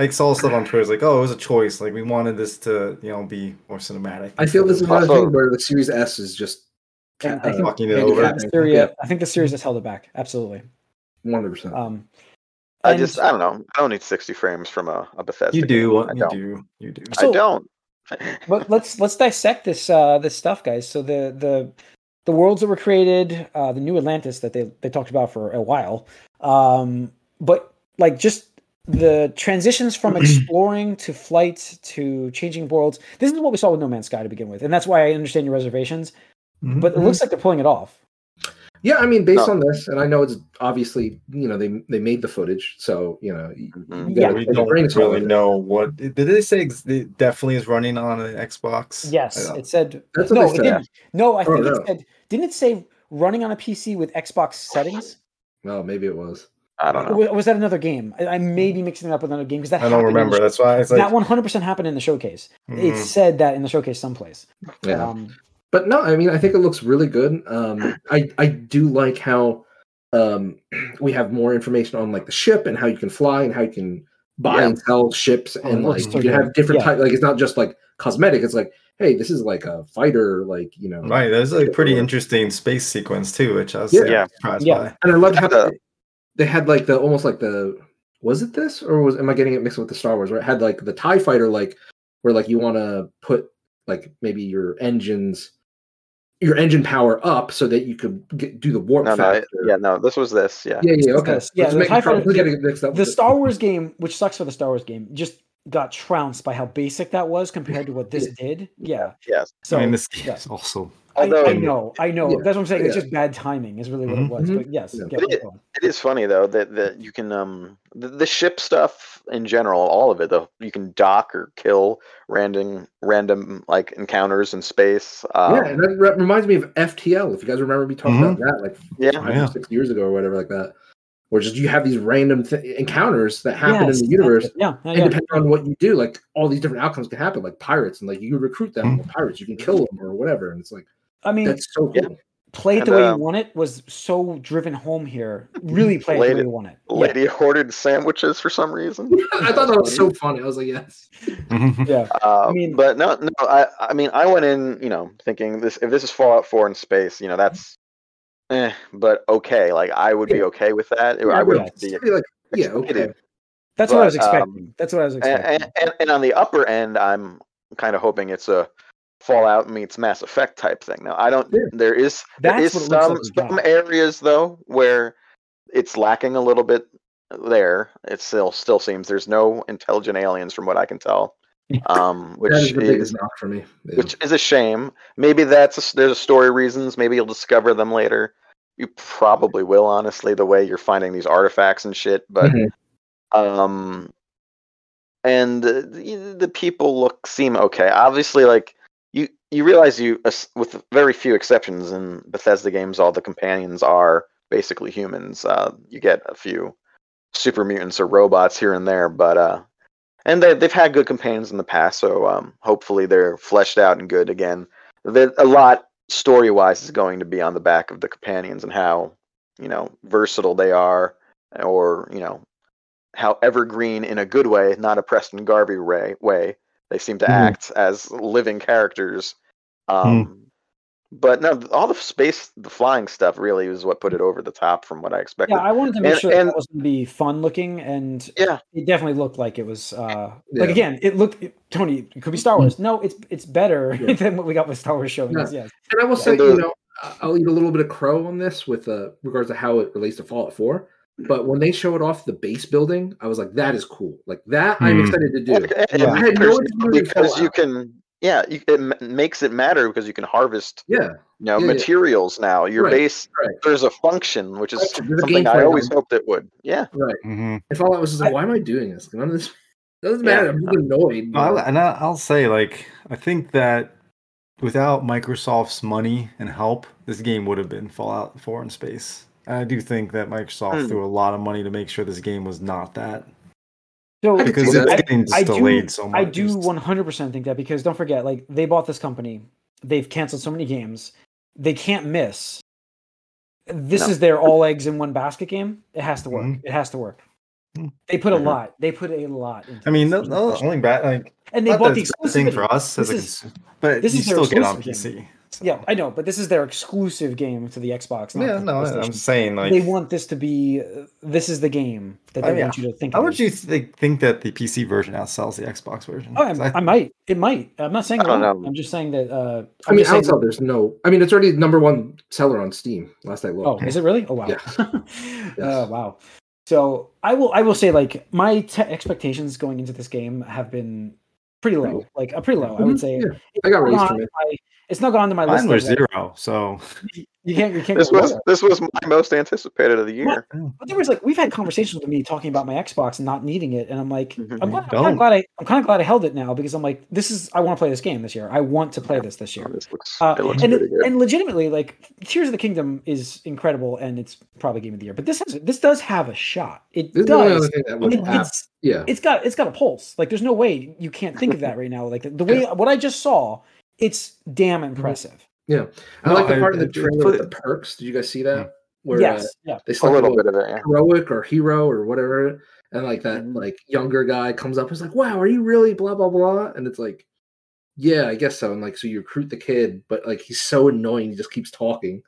[SPEAKER 3] I, saw stuff on Twitter. It's like, oh, it was a choice. Like we wanted this to, you know, be more cinematic.
[SPEAKER 4] I feel this is
[SPEAKER 3] instead
[SPEAKER 4] another
[SPEAKER 2] Also-
[SPEAKER 4] thing where the Series S is just
[SPEAKER 1] And I
[SPEAKER 3] of
[SPEAKER 1] think
[SPEAKER 3] fucking it
[SPEAKER 1] I
[SPEAKER 4] yeah,
[SPEAKER 1] think
[SPEAKER 3] over.
[SPEAKER 4] yeah.
[SPEAKER 1] the Syria, I think the series has held it back. Absolutely.
[SPEAKER 4] 100%.
[SPEAKER 1] Um
[SPEAKER 2] I
[SPEAKER 1] and-
[SPEAKER 2] just I don't know. I don't need 60 frames from a, a Bethesda.
[SPEAKER 3] You
[SPEAKER 2] game.
[SPEAKER 3] do.
[SPEAKER 2] I
[SPEAKER 3] what You
[SPEAKER 2] don't.
[SPEAKER 3] do. You do.
[SPEAKER 1] So-
[SPEAKER 2] I don't.
[SPEAKER 1] but let's let's dissect this uh this stuff guys so the the the worlds that were created uh the new atlantis that they they talked about for a while um but like just the transitions from exploring to flight to changing worlds this is what we saw with no man's sky to begin with and that's why i understand your reservations
[SPEAKER 3] Mhm.
[SPEAKER 1] but it
[SPEAKER 4] Mm-hmm.
[SPEAKER 1] looks like they're pulling it off
[SPEAKER 4] Yeah, I mean, based
[SPEAKER 2] No.
[SPEAKER 4] on this, and I know it's obviously, you know, they they made the footage, so you know, you-
[SPEAKER 2] Mhm.
[SPEAKER 4] you
[SPEAKER 1] Yeah.
[SPEAKER 4] gotta
[SPEAKER 3] we
[SPEAKER 4] take a
[SPEAKER 3] don't
[SPEAKER 4] grain of salt
[SPEAKER 3] really
[SPEAKER 4] with it.
[SPEAKER 3] know what. Did they say ex- it definitely is running on an Xbox?
[SPEAKER 1] yes
[SPEAKER 3] I-
[SPEAKER 1] it said
[SPEAKER 4] That's what
[SPEAKER 1] no
[SPEAKER 4] they
[SPEAKER 1] it
[SPEAKER 4] said.
[SPEAKER 1] didn't no i
[SPEAKER 4] Oh,
[SPEAKER 1] think
[SPEAKER 4] no.
[SPEAKER 1] it said didn't it say running on a pc with xbox settings
[SPEAKER 4] Well, maybe it was.
[SPEAKER 2] I don't
[SPEAKER 1] or
[SPEAKER 2] know.
[SPEAKER 1] was, was that another game i, I may be mixing it up with another game because that
[SPEAKER 3] I don't
[SPEAKER 1] happened in the
[SPEAKER 3] remember. That's why it's like
[SPEAKER 1] that 100% happened in the showcase. It
[SPEAKER 3] mm.
[SPEAKER 1] said that in the showcase someplace.
[SPEAKER 4] Yeah,
[SPEAKER 1] Um,
[SPEAKER 4] but no, I mean, I think it looks really good. Um, I I do like how um we have more information on like the ship and how you can fly and how you can buy
[SPEAKER 2] Yeah.
[SPEAKER 4] and sell ships
[SPEAKER 1] Oh, it
[SPEAKER 4] and
[SPEAKER 1] looks
[SPEAKER 4] like
[SPEAKER 1] so
[SPEAKER 4] you
[SPEAKER 1] good.
[SPEAKER 4] have different
[SPEAKER 1] Yeah.
[SPEAKER 4] type. Like it's not just like cosmetic. It's like, hey, this is like a fighter. Like you know,
[SPEAKER 3] Right, there's a
[SPEAKER 4] Yeah.
[SPEAKER 3] pretty interesting space sequence too, which I was
[SPEAKER 4] Yeah.
[SPEAKER 3] yeah.
[SPEAKER 2] Yeah.
[SPEAKER 3] surprised
[SPEAKER 1] Yeah.
[SPEAKER 3] by.
[SPEAKER 4] And I love how
[SPEAKER 2] Yeah.
[SPEAKER 4] they had like the almost like the was it this or was am I getting it mixed with the Star Wars? Where it had like the Tie Fighter, like where like you want to put like maybe your engines, your engine power up so that you could get, do the warp.
[SPEAKER 2] No, no,
[SPEAKER 4] factor.
[SPEAKER 2] it- yeah, no. This was this. Yeah.
[SPEAKER 4] yeah, yeah, okay.
[SPEAKER 1] This- yeah,
[SPEAKER 4] Just
[SPEAKER 1] the
[SPEAKER 4] making
[SPEAKER 1] TIE
[SPEAKER 4] sure I
[SPEAKER 1] fighter-
[SPEAKER 4] was getting it mixed up
[SPEAKER 1] The
[SPEAKER 4] with it.
[SPEAKER 1] Star Wars game, which sucks for the Star Wars game, just got trounced by how basic that was compared to what this did. Yeah.
[SPEAKER 2] Yes.
[SPEAKER 1] So
[SPEAKER 3] I mean, this game
[SPEAKER 1] yeah.
[SPEAKER 3] is also
[SPEAKER 1] I,
[SPEAKER 2] Although
[SPEAKER 1] I know, I know.
[SPEAKER 4] Yeah,
[SPEAKER 1] That's what I'm saying. It's
[SPEAKER 4] yeah.
[SPEAKER 1] just bad timing is really what
[SPEAKER 3] Mhm.
[SPEAKER 1] it was.
[SPEAKER 4] Mhm.
[SPEAKER 1] But yes,
[SPEAKER 4] Yeah.
[SPEAKER 1] get
[SPEAKER 2] But
[SPEAKER 1] what
[SPEAKER 2] it-
[SPEAKER 1] you're going.
[SPEAKER 2] It is funny though that that you can um the, the ship stuff in general, all of it though you can dock or kill random random like encounters in space. Um,
[SPEAKER 4] yeah, and that re- reminds me of FTL. If you guys remember me talking
[SPEAKER 1] Mm-hmm.
[SPEAKER 4] about that, like
[SPEAKER 2] yeah.
[SPEAKER 4] five
[SPEAKER 3] Yeah.
[SPEAKER 4] or six years ago or whatever, like that, where just you have these random th- encounters that happen
[SPEAKER 1] Yes,
[SPEAKER 4] in
[SPEAKER 1] that's
[SPEAKER 4] the universe.
[SPEAKER 1] it. Yeah, yeah,
[SPEAKER 4] And
[SPEAKER 1] yeah.
[SPEAKER 4] depending on what you do, like all these different outcomes can happen, like pirates, and like you can recruit them,
[SPEAKER 3] Mhm.
[SPEAKER 4] or pirates, you can kill them, or whatever. And it's like
[SPEAKER 1] I mean,
[SPEAKER 4] that's so cool.
[SPEAKER 2] Mm-hmm. yeah.
[SPEAKER 1] play it the
[SPEAKER 2] And,
[SPEAKER 1] way
[SPEAKER 2] uh,
[SPEAKER 1] you want it was so driven home here. Really play it the
[SPEAKER 2] Lady-
[SPEAKER 1] way you want it. Yeah.
[SPEAKER 2] Lady hoarded sandwiches for some reason.
[SPEAKER 4] I thought that was so funny. I was like, yes.
[SPEAKER 3] Mm-hmm.
[SPEAKER 1] Yeah.
[SPEAKER 2] Uh,
[SPEAKER 1] I mean-
[SPEAKER 2] but no, no. I, I mean, I went in, you know, thinking this. If this is Fallout Four in space, you know, that's, eh, but okay. Like I would be okay with that. I would
[SPEAKER 1] yeah.
[SPEAKER 2] be.
[SPEAKER 4] I'd be like, yeah, okay.
[SPEAKER 2] excited.
[SPEAKER 1] That's what I
[SPEAKER 2] But,
[SPEAKER 1] was expecting.
[SPEAKER 2] um,
[SPEAKER 1] That's what I was
[SPEAKER 2] And,
[SPEAKER 1] expecting.
[SPEAKER 2] and, and, and on the upper end, I'm kind of hoping it's a Fallout meets Mass Effect type thing. Now, I don't.
[SPEAKER 4] Yeah.
[SPEAKER 2] There is there is
[SPEAKER 1] That's what it looks
[SPEAKER 2] some
[SPEAKER 1] like it's
[SPEAKER 2] some
[SPEAKER 1] got.
[SPEAKER 2] areas though where it's lacking a little bit. There, it still still seems there's no intelligent aliens from what I can tell. Um, which
[SPEAKER 4] that is the
[SPEAKER 2] is
[SPEAKER 4] biggest knock for me. Yeah.
[SPEAKER 2] which is a shame. Maybe that's a s there's a story reasons. Maybe you'll discover them later. You probably will, honestly, the way you're finding these artifacts and shit. But
[SPEAKER 4] Mhm.
[SPEAKER 2] um, and uh, the, the people look seem okay. Obviously, like you you realize you as- with very few exceptions in Bethesda games, all the companions are basically humans. Uh, you get a few super mutants or robots here and there, but uh, and they they've had good companions in the past, so um, hopefully they're fleshed out and good again. The, a lot story wise is going to be on the back of the companions and how you know versatile they are, or you know how evergreen in a good way, not a Preston Garvey way. Way they seem to
[SPEAKER 3] Mhm.
[SPEAKER 2] act as living characters. Um, But no, all the space, the flying stuff really is what put it over the top from what I expected.
[SPEAKER 1] Yeah, I wanted to make
[SPEAKER 2] and-
[SPEAKER 1] sure that
[SPEAKER 2] and-
[SPEAKER 1] it was going to be fun looking, and
[SPEAKER 2] Yeah.
[SPEAKER 1] it definitely looked like it was. Uh, Like
[SPEAKER 4] Yeah.
[SPEAKER 1] again, it looked it- Tony. It could be Star
[SPEAKER 3] Mm-hmm.
[SPEAKER 1] Wars. No, it's it's better
[SPEAKER 4] Yeah.
[SPEAKER 1] than what we got with Star Wars showing.
[SPEAKER 4] Yeah.
[SPEAKER 1] us, Yes,
[SPEAKER 4] And I will say,
[SPEAKER 2] And, uh,
[SPEAKER 4] you know, I- I'll eat a little bit of crow on this with uh, regards to how it relates to Fallout 4. But when they showed off the base building, I was like, that is cool. Like that, I'm
[SPEAKER 3] Hmm.
[SPEAKER 4] excited to do.
[SPEAKER 2] Well, it- it
[SPEAKER 3] Yeah.
[SPEAKER 4] I had no
[SPEAKER 2] matters
[SPEAKER 4] idea they
[SPEAKER 2] because
[SPEAKER 4] fell
[SPEAKER 2] you
[SPEAKER 4] out.
[SPEAKER 2] can, yeah, you, it ma- makes it matter because you can harvest,
[SPEAKER 4] yeah,
[SPEAKER 2] you know,
[SPEAKER 4] Yeah, yeah.
[SPEAKER 2] materials now. Your
[SPEAKER 4] Right,
[SPEAKER 2] base,
[SPEAKER 4] right.
[SPEAKER 2] there's a function, which is
[SPEAKER 4] Function, there's a
[SPEAKER 2] something
[SPEAKER 4] gameplay
[SPEAKER 2] I always
[SPEAKER 4] element.
[SPEAKER 2] hoped it would. Yeah,
[SPEAKER 4] right.
[SPEAKER 1] Mm-hmm.
[SPEAKER 3] hmm
[SPEAKER 4] And Fallout was just like, why am I doing this? None of this doesn't matter.
[SPEAKER 2] Yeah.
[SPEAKER 4] I'm just annoyed.
[SPEAKER 3] Well, I'll- and I- I'll say, like, I think that without Microsoft's money and help, this game would have been Fallout 4 in space. And I do think that Microsoft
[SPEAKER 2] Hmm.
[SPEAKER 3] threw a lot of money to make sure this game was not that
[SPEAKER 1] so
[SPEAKER 4] I could
[SPEAKER 3] because
[SPEAKER 4] see
[SPEAKER 3] it's
[SPEAKER 4] that.
[SPEAKER 3] getting just
[SPEAKER 1] I
[SPEAKER 3] delayed
[SPEAKER 1] do,
[SPEAKER 3] so much.
[SPEAKER 1] I do 100% think that because don't forget, like they bought this company, they've canceled so many games, they can't miss. This
[SPEAKER 2] No.
[SPEAKER 1] is their all eggs in one basket game. It has to work.
[SPEAKER 3] Mhm.
[SPEAKER 1] It has to work.
[SPEAKER 3] Mm.
[SPEAKER 1] They put a
[SPEAKER 2] Mhm.
[SPEAKER 1] lot. They put a lot. Into
[SPEAKER 3] I mean,
[SPEAKER 1] this.
[SPEAKER 3] the,
[SPEAKER 1] There's
[SPEAKER 3] the
[SPEAKER 1] no question.
[SPEAKER 3] only bad like
[SPEAKER 1] and they
[SPEAKER 3] not
[SPEAKER 1] bought
[SPEAKER 3] that
[SPEAKER 1] the
[SPEAKER 3] it's a bad thing
[SPEAKER 1] exclusivity.
[SPEAKER 3] for us as
[SPEAKER 1] This
[SPEAKER 3] a
[SPEAKER 1] is-
[SPEAKER 3] consumer, but
[SPEAKER 1] this
[SPEAKER 3] you
[SPEAKER 1] is their
[SPEAKER 3] still get on
[SPEAKER 1] exclusive
[SPEAKER 3] PC. so-
[SPEAKER 1] Yeah, I know, but this is their exclusive game to the Xbox. Not
[SPEAKER 3] yeah,
[SPEAKER 1] the
[SPEAKER 3] no,
[SPEAKER 1] PlayStation.
[SPEAKER 3] I'm saying like
[SPEAKER 1] they want this to be. uh, This is the game that
[SPEAKER 3] I
[SPEAKER 1] they
[SPEAKER 3] mean,
[SPEAKER 1] want you to think.
[SPEAKER 3] How
[SPEAKER 1] of
[SPEAKER 3] would
[SPEAKER 1] it.
[SPEAKER 3] you th- think that the PC version outsells the Xbox version?
[SPEAKER 1] Oh,
[SPEAKER 3] 'Cause
[SPEAKER 1] I, I might. It might. I'm not saying
[SPEAKER 2] I
[SPEAKER 1] it
[SPEAKER 2] don't
[SPEAKER 1] won't.
[SPEAKER 2] know.
[SPEAKER 1] I'm just saying that. Uh,
[SPEAKER 4] I
[SPEAKER 1] I'm
[SPEAKER 4] mean,
[SPEAKER 1] just saying-
[SPEAKER 4] outside there's no. I mean, it's already number one seller on Steam. Last I
[SPEAKER 1] Oh,
[SPEAKER 4] looked.
[SPEAKER 1] is it really? Oh wow.
[SPEAKER 4] Yeah.
[SPEAKER 1] uh, wow. So I will. I will say like my te- expectations going into this game have been pretty low. Like uh, pretty low. I would
[SPEAKER 4] Mhm,
[SPEAKER 1] say.
[SPEAKER 4] yeah.
[SPEAKER 1] It's
[SPEAKER 4] I got
[SPEAKER 1] not
[SPEAKER 4] raised
[SPEAKER 1] gone
[SPEAKER 4] from
[SPEAKER 1] to
[SPEAKER 4] it.
[SPEAKER 1] my- It's not gone to my list.
[SPEAKER 3] mine was
[SPEAKER 1] of, like,
[SPEAKER 3] zero, so
[SPEAKER 1] You can't. You can't.
[SPEAKER 2] this
[SPEAKER 1] Go
[SPEAKER 2] was
[SPEAKER 1] lower.
[SPEAKER 2] this was my most anticipated of the year.
[SPEAKER 1] But there was like we've had conversations with me talking about my Xbox and not needing it, and I'm like, I'm,
[SPEAKER 2] Mhm.
[SPEAKER 3] You
[SPEAKER 1] glad, I'm kind
[SPEAKER 3] don't.
[SPEAKER 1] of glad I, I'm kind of glad I held it now because I'm like, this is I want to play this game this year. I want to play this this year.
[SPEAKER 2] Oh, This looks,
[SPEAKER 1] Uh,
[SPEAKER 2] it looks
[SPEAKER 1] and,
[SPEAKER 2] pretty good.
[SPEAKER 1] and legitimately, like Tears of the Kingdom is incredible, and it's probably game of the year. But this has this does have a shot. It
[SPEAKER 4] This is the only other
[SPEAKER 1] does.
[SPEAKER 4] thing that
[SPEAKER 1] It-
[SPEAKER 4] was apt.
[SPEAKER 1] it's
[SPEAKER 4] Yeah.
[SPEAKER 1] it's got it's got a pulse. Like there's no way you can't think of that right now. Like the way what I just saw, it's damn
[SPEAKER 2] Mm-hmm.
[SPEAKER 1] impressive.
[SPEAKER 4] I like
[SPEAKER 3] No,
[SPEAKER 4] the part of
[SPEAKER 3] I-
[SPEAKER 4] the
[SPEAKER 3] I-
[SPEAKER 4] trailer with
[SPEAKER 3] but-
[SPEAKER 4] the perks. Did you guys see that? Where uh,
[SPEAKER 1] yes, yeah.
[SPEAKER 4] they
[SPEAKER 2] a
[SPEAKER 4] selected
[SPEAKER 2] little
[SPEAKER 4] what-
[SPEAKER 2] bit of it. Yeah.
[SPEAKER 4] heroic or hero or whatever, and like that
[SPEAKER 2] Mhm.
[SPEAKER 4] like younger guy comes up and is like, "Wow, are you really blah blah blah?" And it's like, "Yeah, I guess so." And like, so you recruit the kid, but like he's so annoying, he just keeps talking.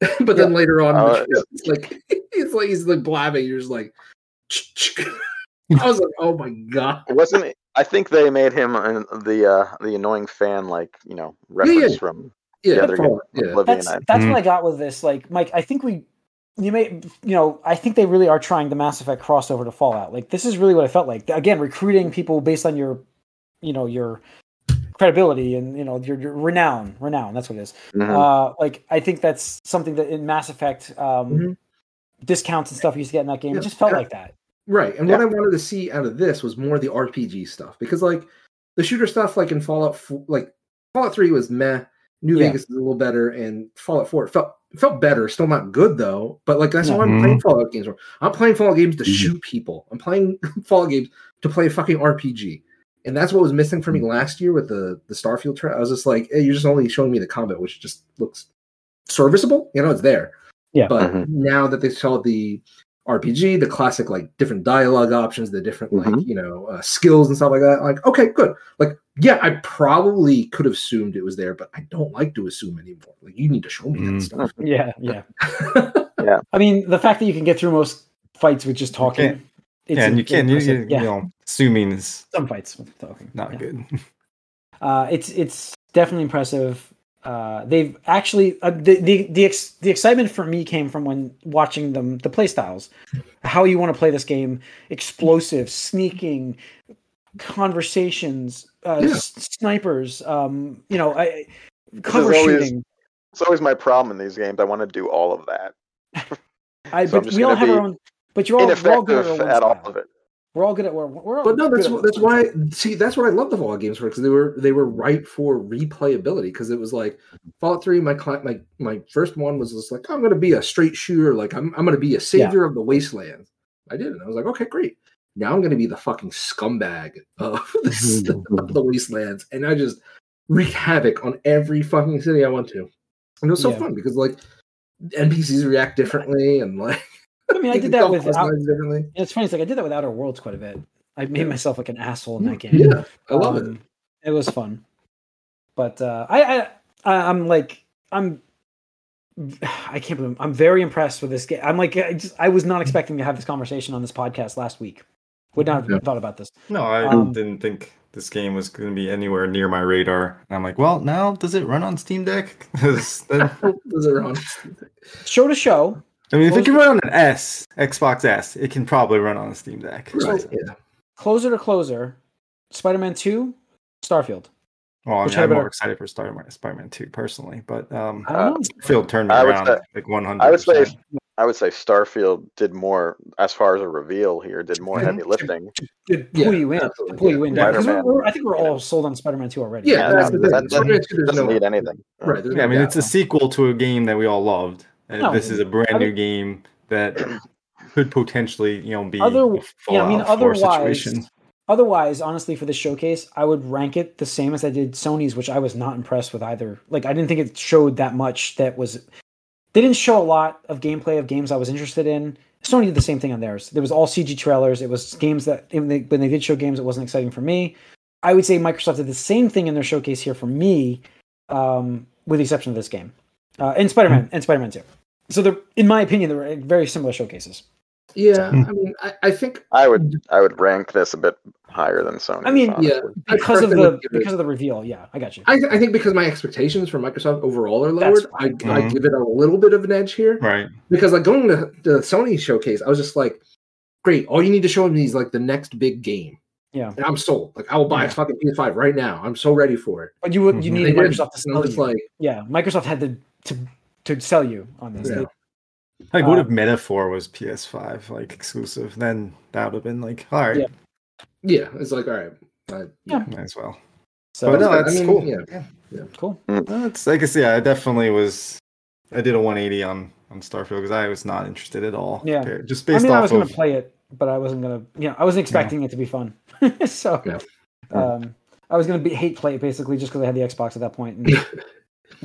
[SPEAKER 4] but then later on, in the
[SPEAKER 2] Uh,
[SPEAKER 4] show, it's like it's like he's like blabbing. You're just like, I was like, oh my god.
[SPEAKER 2] Wasn't it? I think they made him an, the uh, the annoying fan, like you know, reference
[SPEAKER 4] yeah.
[SPEAKER 2] from
[SPEAKER 4] Yeah,
[SPEAKER 2] the other game,
[SPEAKER 4] Fallout, yeah.
[SPEAKER 2] Oblivion.
[SPEAKER 1] That's
[SPEAKER 2] I-
[SPEAKER 1] that's
[SPEAKER 3] Mhm.
[SPEAKER 1] what I got with this. Like, Mike, I think we, you may, you know, I think they really are trying the Mass Effect crossover to Fallout. Like, this is really what I felt like. Again, recruiting people based on your, you know, your credibility and you know your, your renown, renown. That's what it is.
[SPEAKER 2] Mhm.
[SPEAKER 1] Uh, like, I think that's something that in Mass Effect um,
[SPEAKER 3] Mm-hmm.
[SPEAKER 4] Mhm.
[SPEAKER 1] discounts and stuff you used to get in that game.
[SPEAKER 4] Yeah.
[SPEAKER 1] It just felt
[SPEAKER 4] Yeah.
[SPEAKER 1] like that.
[SPEAKER 4] Right. And what
[SPEAKER 2] Yeah.
[SPEAKER 4] I wanted to see out of this was more of the RPG stuff because like the shooter stuff, like in Fallout, f- like Fallout Three was meh. New
[SPEAKER 1] Yeah.
[SPEAKER 4] Vegas is a little better, and Fallout Four felt felt better. Still not good though. But like that's all I'm
[SPEAKER 3] Mhm.
[SPEAKER 4] playing Fallout games for. I'm playing Fallout games to
[SPEAKER 3] Mhm.
[SPEAKER 4] shoot people. I'm playing Fallout games to play a fucking RPG. And that's what was missing for me last year with the the Starfield trailer. I was just like, hey, you're just only showing me the combat, which just looks serviceable. You know, it's there.
[SPEAKER 1] Yeah.
[SPEAKER 4] But
[SPEAKER 2] Mhm.
[SPEAKER 4] now that they saw the RPG, the classic like different dialogue options, the different like
[SPEAKER 2] Mhm.
[SPEAKER 4] you know uh, skills and stuff like that, like okay, good. Like yeah, I probably could have assumed it was there, but I don't like to assume anymore. Like you need to show me
[SPEAKER 3] Mm.
[SPEAKER 4] that stuff.
[SPEAKER 1] Yeah, yeah. I mean, the fact that you can get through most fights with just talking. It's
[SPEAKER 3] yeah, and you can you,
[SPEAKER 1] impressive.
[SPEAKER 3] you,
[SPEAKER 1] yeah,
[SPEAKER 3] you know assuming is
[SPEAKER 1] some fights with talking.
[SPEAKER 3] not
[SPEAKER 1] yeah.
[SPEAKER 3] good.
[SPEAKER 1] Uh, it's it's definitely impressive. Uh, they've actually uh, the the the, ex- the excitement for me came from when watching them the play styles, how you want to play this game, explosive, sneaking, conversations, uh,
[SPEAKER 4] Yeah.
[SPEAKER 1] s- snipers, um, you know, I- I,
[SPEAKER 2] is
[SPEAKER 1] cover
[SPEAKER 2] always-
[SPEAKER 1] shooting.
[SPEAKER 2] It's always my problem in these games. I want to do all of that.
[SPEAKER 1] I,
[SPEAKER 2] so I'm
[SPEAKER 1] but
[SPEAKER 2] just
[SPEAKER 1] we all
[SPEAKER 2] gonna
[SPEAKER 1] have our
[SPEAKER 2] be
[SPEAKER 1] own. But you all we're all good at,
[SPEAKER 2] Ineffective
[SPEAKER 1] our own
[SPEAKER 2] at all
[SPEAKER 1] style.
[SPEAKER 2] of it.
[SPEAKER 1] We're all good at we're, we're all
[SPEAKER 4] But no, that's
[SPEAKER 1] Oh, good at-
[SPEAKER 4] that's why. See, that's what I love the Fallout games for because they were they were ripe for replayability because it was like Fallout Three. My client, my my first one was just like I'm going to be a straight shooter. Like I'm I'm going to be a savior of the wasteland. I did, and I was like, okay, great. Now I'm going to be the fucking scumbag of, this, of the wastelands, and I just wreak havoc on every fucking city I went to. And it was so
[SPEAKER 1] Yeah.
[SPEAKER 4] fun because like NPCs react differently, and like
[SPEAKER 1] I mean, I did that with. uh, Out-
[SPEAKER 4] differently.
[SPEAKER 1] It's funny. It's like I did that with Outer Worlds quite a bit. I made
[SPEAKER 4] Yeah.
[SPEAKER 1] myself like an asshole in that game.
[SPEAKER 4] Yeah, I love it.
[SPEAKER 1] Um, It was fun, but uh, I, I I- I'm like I'm I can't believe I'm very impressed with this game. I'm like I just I was not expecting to have this conversation on this podcast last week. Would not have
[SPEAKER 4] Yeah.
[SPEAKER 1] thought about this.
[SPEAKER 3] No, I
[SPEAKER 1] Um,
[SPEAKER 3] didn't think this game was going to be anywhere near my radar. And I'm like, well, now does it run on Steam Deck? 'Cause that-
[SPEAKER 4] Those are on.
[SPEAKER 1] Show to show,
[SPEAKER 3] I mean, if it can run on an S, Xbox S, it can probably run on a Steam Deck.
[SPEAKER 4] Right, yeah.
[SPEAKER 1] closer to closer, Spider-Man Two, Starfield.
[SPEAKER 3] Well, I
[SPEAKER 1] Which
[SPEAKER 3] mean,
[SPEAKER 1] had
[SPEAKER 3] I'm
[SPEAKER 1] a better-
[SPEAKER 3] more excited for Spider-Man, Spider-Man 2 personally, but um,
[SPEAKER 1] I don't know.
[SPEAKER 3] Field turned
[SPEAKER 2] I would
[SPEAKER 3] around
[SPEAKER 2] say-
[SPEAKER 3] like 100.
[SPEAKER 2] I would say I would say Starfield did more as far as a reveal here. Did more
[SPEAKER 3] Mhm.
[SPEAKER 2] heavy lifting.
[SPEAKER 1] To
[SPEAKER 4] Yeah,
[SPEAKER 1] pull you in, to
[SPEAKER 4] absolutely,
[SPEAKER 1] pull
[SPEAKER 4] yeah.
[SPEAKER 1] you in. Because we're,
[SPEAKER 2] Spider-Man,
[SPEAKER 1] we're- I think we're
[SPEAKER 2] you know.
[SPEAKER 1] all sold on Spider-Man Two already.
[SPEAKER 4] Yeah,
[SPEAKER 2] Yeah,
[SPEAKER 4] that's the thing.
[SPEAKER 2] that doesn't-
[SPEAKER 4] Spider-Man 2, there's
[SPEAKER 2] Doesn't
[SPEAKER 4] no-
[SPEAKER 2] need anything. Uh,
[SPEAKER 4] Right. there's
[SPEAKER 3] yeah,
[SPEAKER 4] no
[SPEAKER 3] I mean,
[SPEAKER 4] doubt.
[SPEAKER 3] it's a sequel to a game that we all loved. And
[SPEAKER 1] No.
[SPEAKER 3] this is a brand
[SPEAKER 1] Other-
[SPEAKER 3] new game that could potentially, you know, be
[SPEAKER 1] Other-
[SPEAKER 3] a
[SPEAKER 1] yeah, I mean,
[SPEAKER 3] Fallout 4
[SPEAKER 1] otherwise-
[SPEAKER 3] situation.
[SPEAKER 1] Otherwise, honestly, for the showcase, I would rank it the same as I did Sony's, which I was not impressed with either. Like, I didn't think it showed that much. That was they didn't show a lot of gameplay of games I was interested in. Sony did the same thing on theirs. There was all CG trailers. It was games that when they, when they did show games, it wasn't exciting for me. I would say Microsoft did the same thing in their showcase here for me, um, with the exception of this game uh, and Spider Man and Spider Man Two. So they're, in my opinion, they were very similar showcases.
[SPEAKER 4] Yeah,
[SPEAKER 3] Hmm.
[SPEAKER 4] I mean, I, I think
[SPEAKER 2] I would I would rank this a bit higher than Sony.
[SPEAKER 1] I mean,
[SPEAKER 4] yeah, I
[SPEAKER 1] because of
[SPEAKER 4] personally
[SPEAKER 1] the
[SPEAKER 4] would give it-
[SPEAKER 1] because of the reveal. Yeah, I got you.
[SPEAKER 4] I, I think because my expectations for Microsoft overall are
[SPEAKER 1] That's
[SPEAKER 4] lowered, I, I
[SPEAKER 3] Mhm.
[SPEAKER 4] give it a little bit of an edge here
[SPEAKER 3] Right.
[SPEAKER 4] because like going to the Sony showcase, I was just like, great, all you need to show me is like the next big game.
[SPEAKER 1] Yeah.
[SPEAKER 4] and I'm sold. Like I will buy
[SPEAKER 3] Yeah.
[SPEAKER 4] a fucking PS5 right now. I'm so ready for it.
[SPEAKER 1] But you would you
[SPEAKER 3] Mhm.
[SPEAKER 4] And
[SPEAKER 1] needed
[SPEAKER 4] they didn't.
[SPEAKER 1] Microsoft to
[SPEAKER 4] And
[SPEAKER 1] sell
[SPEAKER 4] I'm just
[SPEAKER 1] you.
[SPEAKER 4] like,
[SPEAKER 1] Mm-hmm. yeah, Microsoft had to to to sell you on this.
[SPEAKER 4] Yeah.
[SPEAKER 3] Like, what
[SPEAKER 1] Uh,
[SPEAKER 3] if Meta 4 was PS5, like exclusive? Then that would have been like, all right,
[SPEAKER 1] Yeah.
[SPEAKER 4] yeah, it's like all right, I,
[SPEAKER 1] Yeah.
[SPEAKER 3] might as well.
[SPEAKER 1] So
[SPEAKER 3] but no,
[SPEAKER 4] I
[SPEAKER 3] that's
[SPEAKER 4] mean,
[SPEAKER 3] cool.
[SPEAKER 4] yeah.
[SPEAKER 3] Yeah.
[SPEAKER 1] cool.
[SPEAKER 3] That's like I said, I definitely was. I did a 180 on on Starfield because I was not interested at all.
[SPEAKER 1] Yeah.
[SPEAKER 3] compared- just
[SPEAKER 1] I
[SPEAKER 3] based
[SPEAKER 1] mean, I
[SPEAKER 3] off
[SPEAKER 1] was
[SPEAKER 3] of.
[SPEAKER 1] going to play it, but I wasn't going to. Yeah, I wasn't expecting it to be fun. so,
[SPEAKER 4] Yeah.
[SPEAKER 1] um, I was going to be hate play it basically just because I had the Xbox at that point. And, you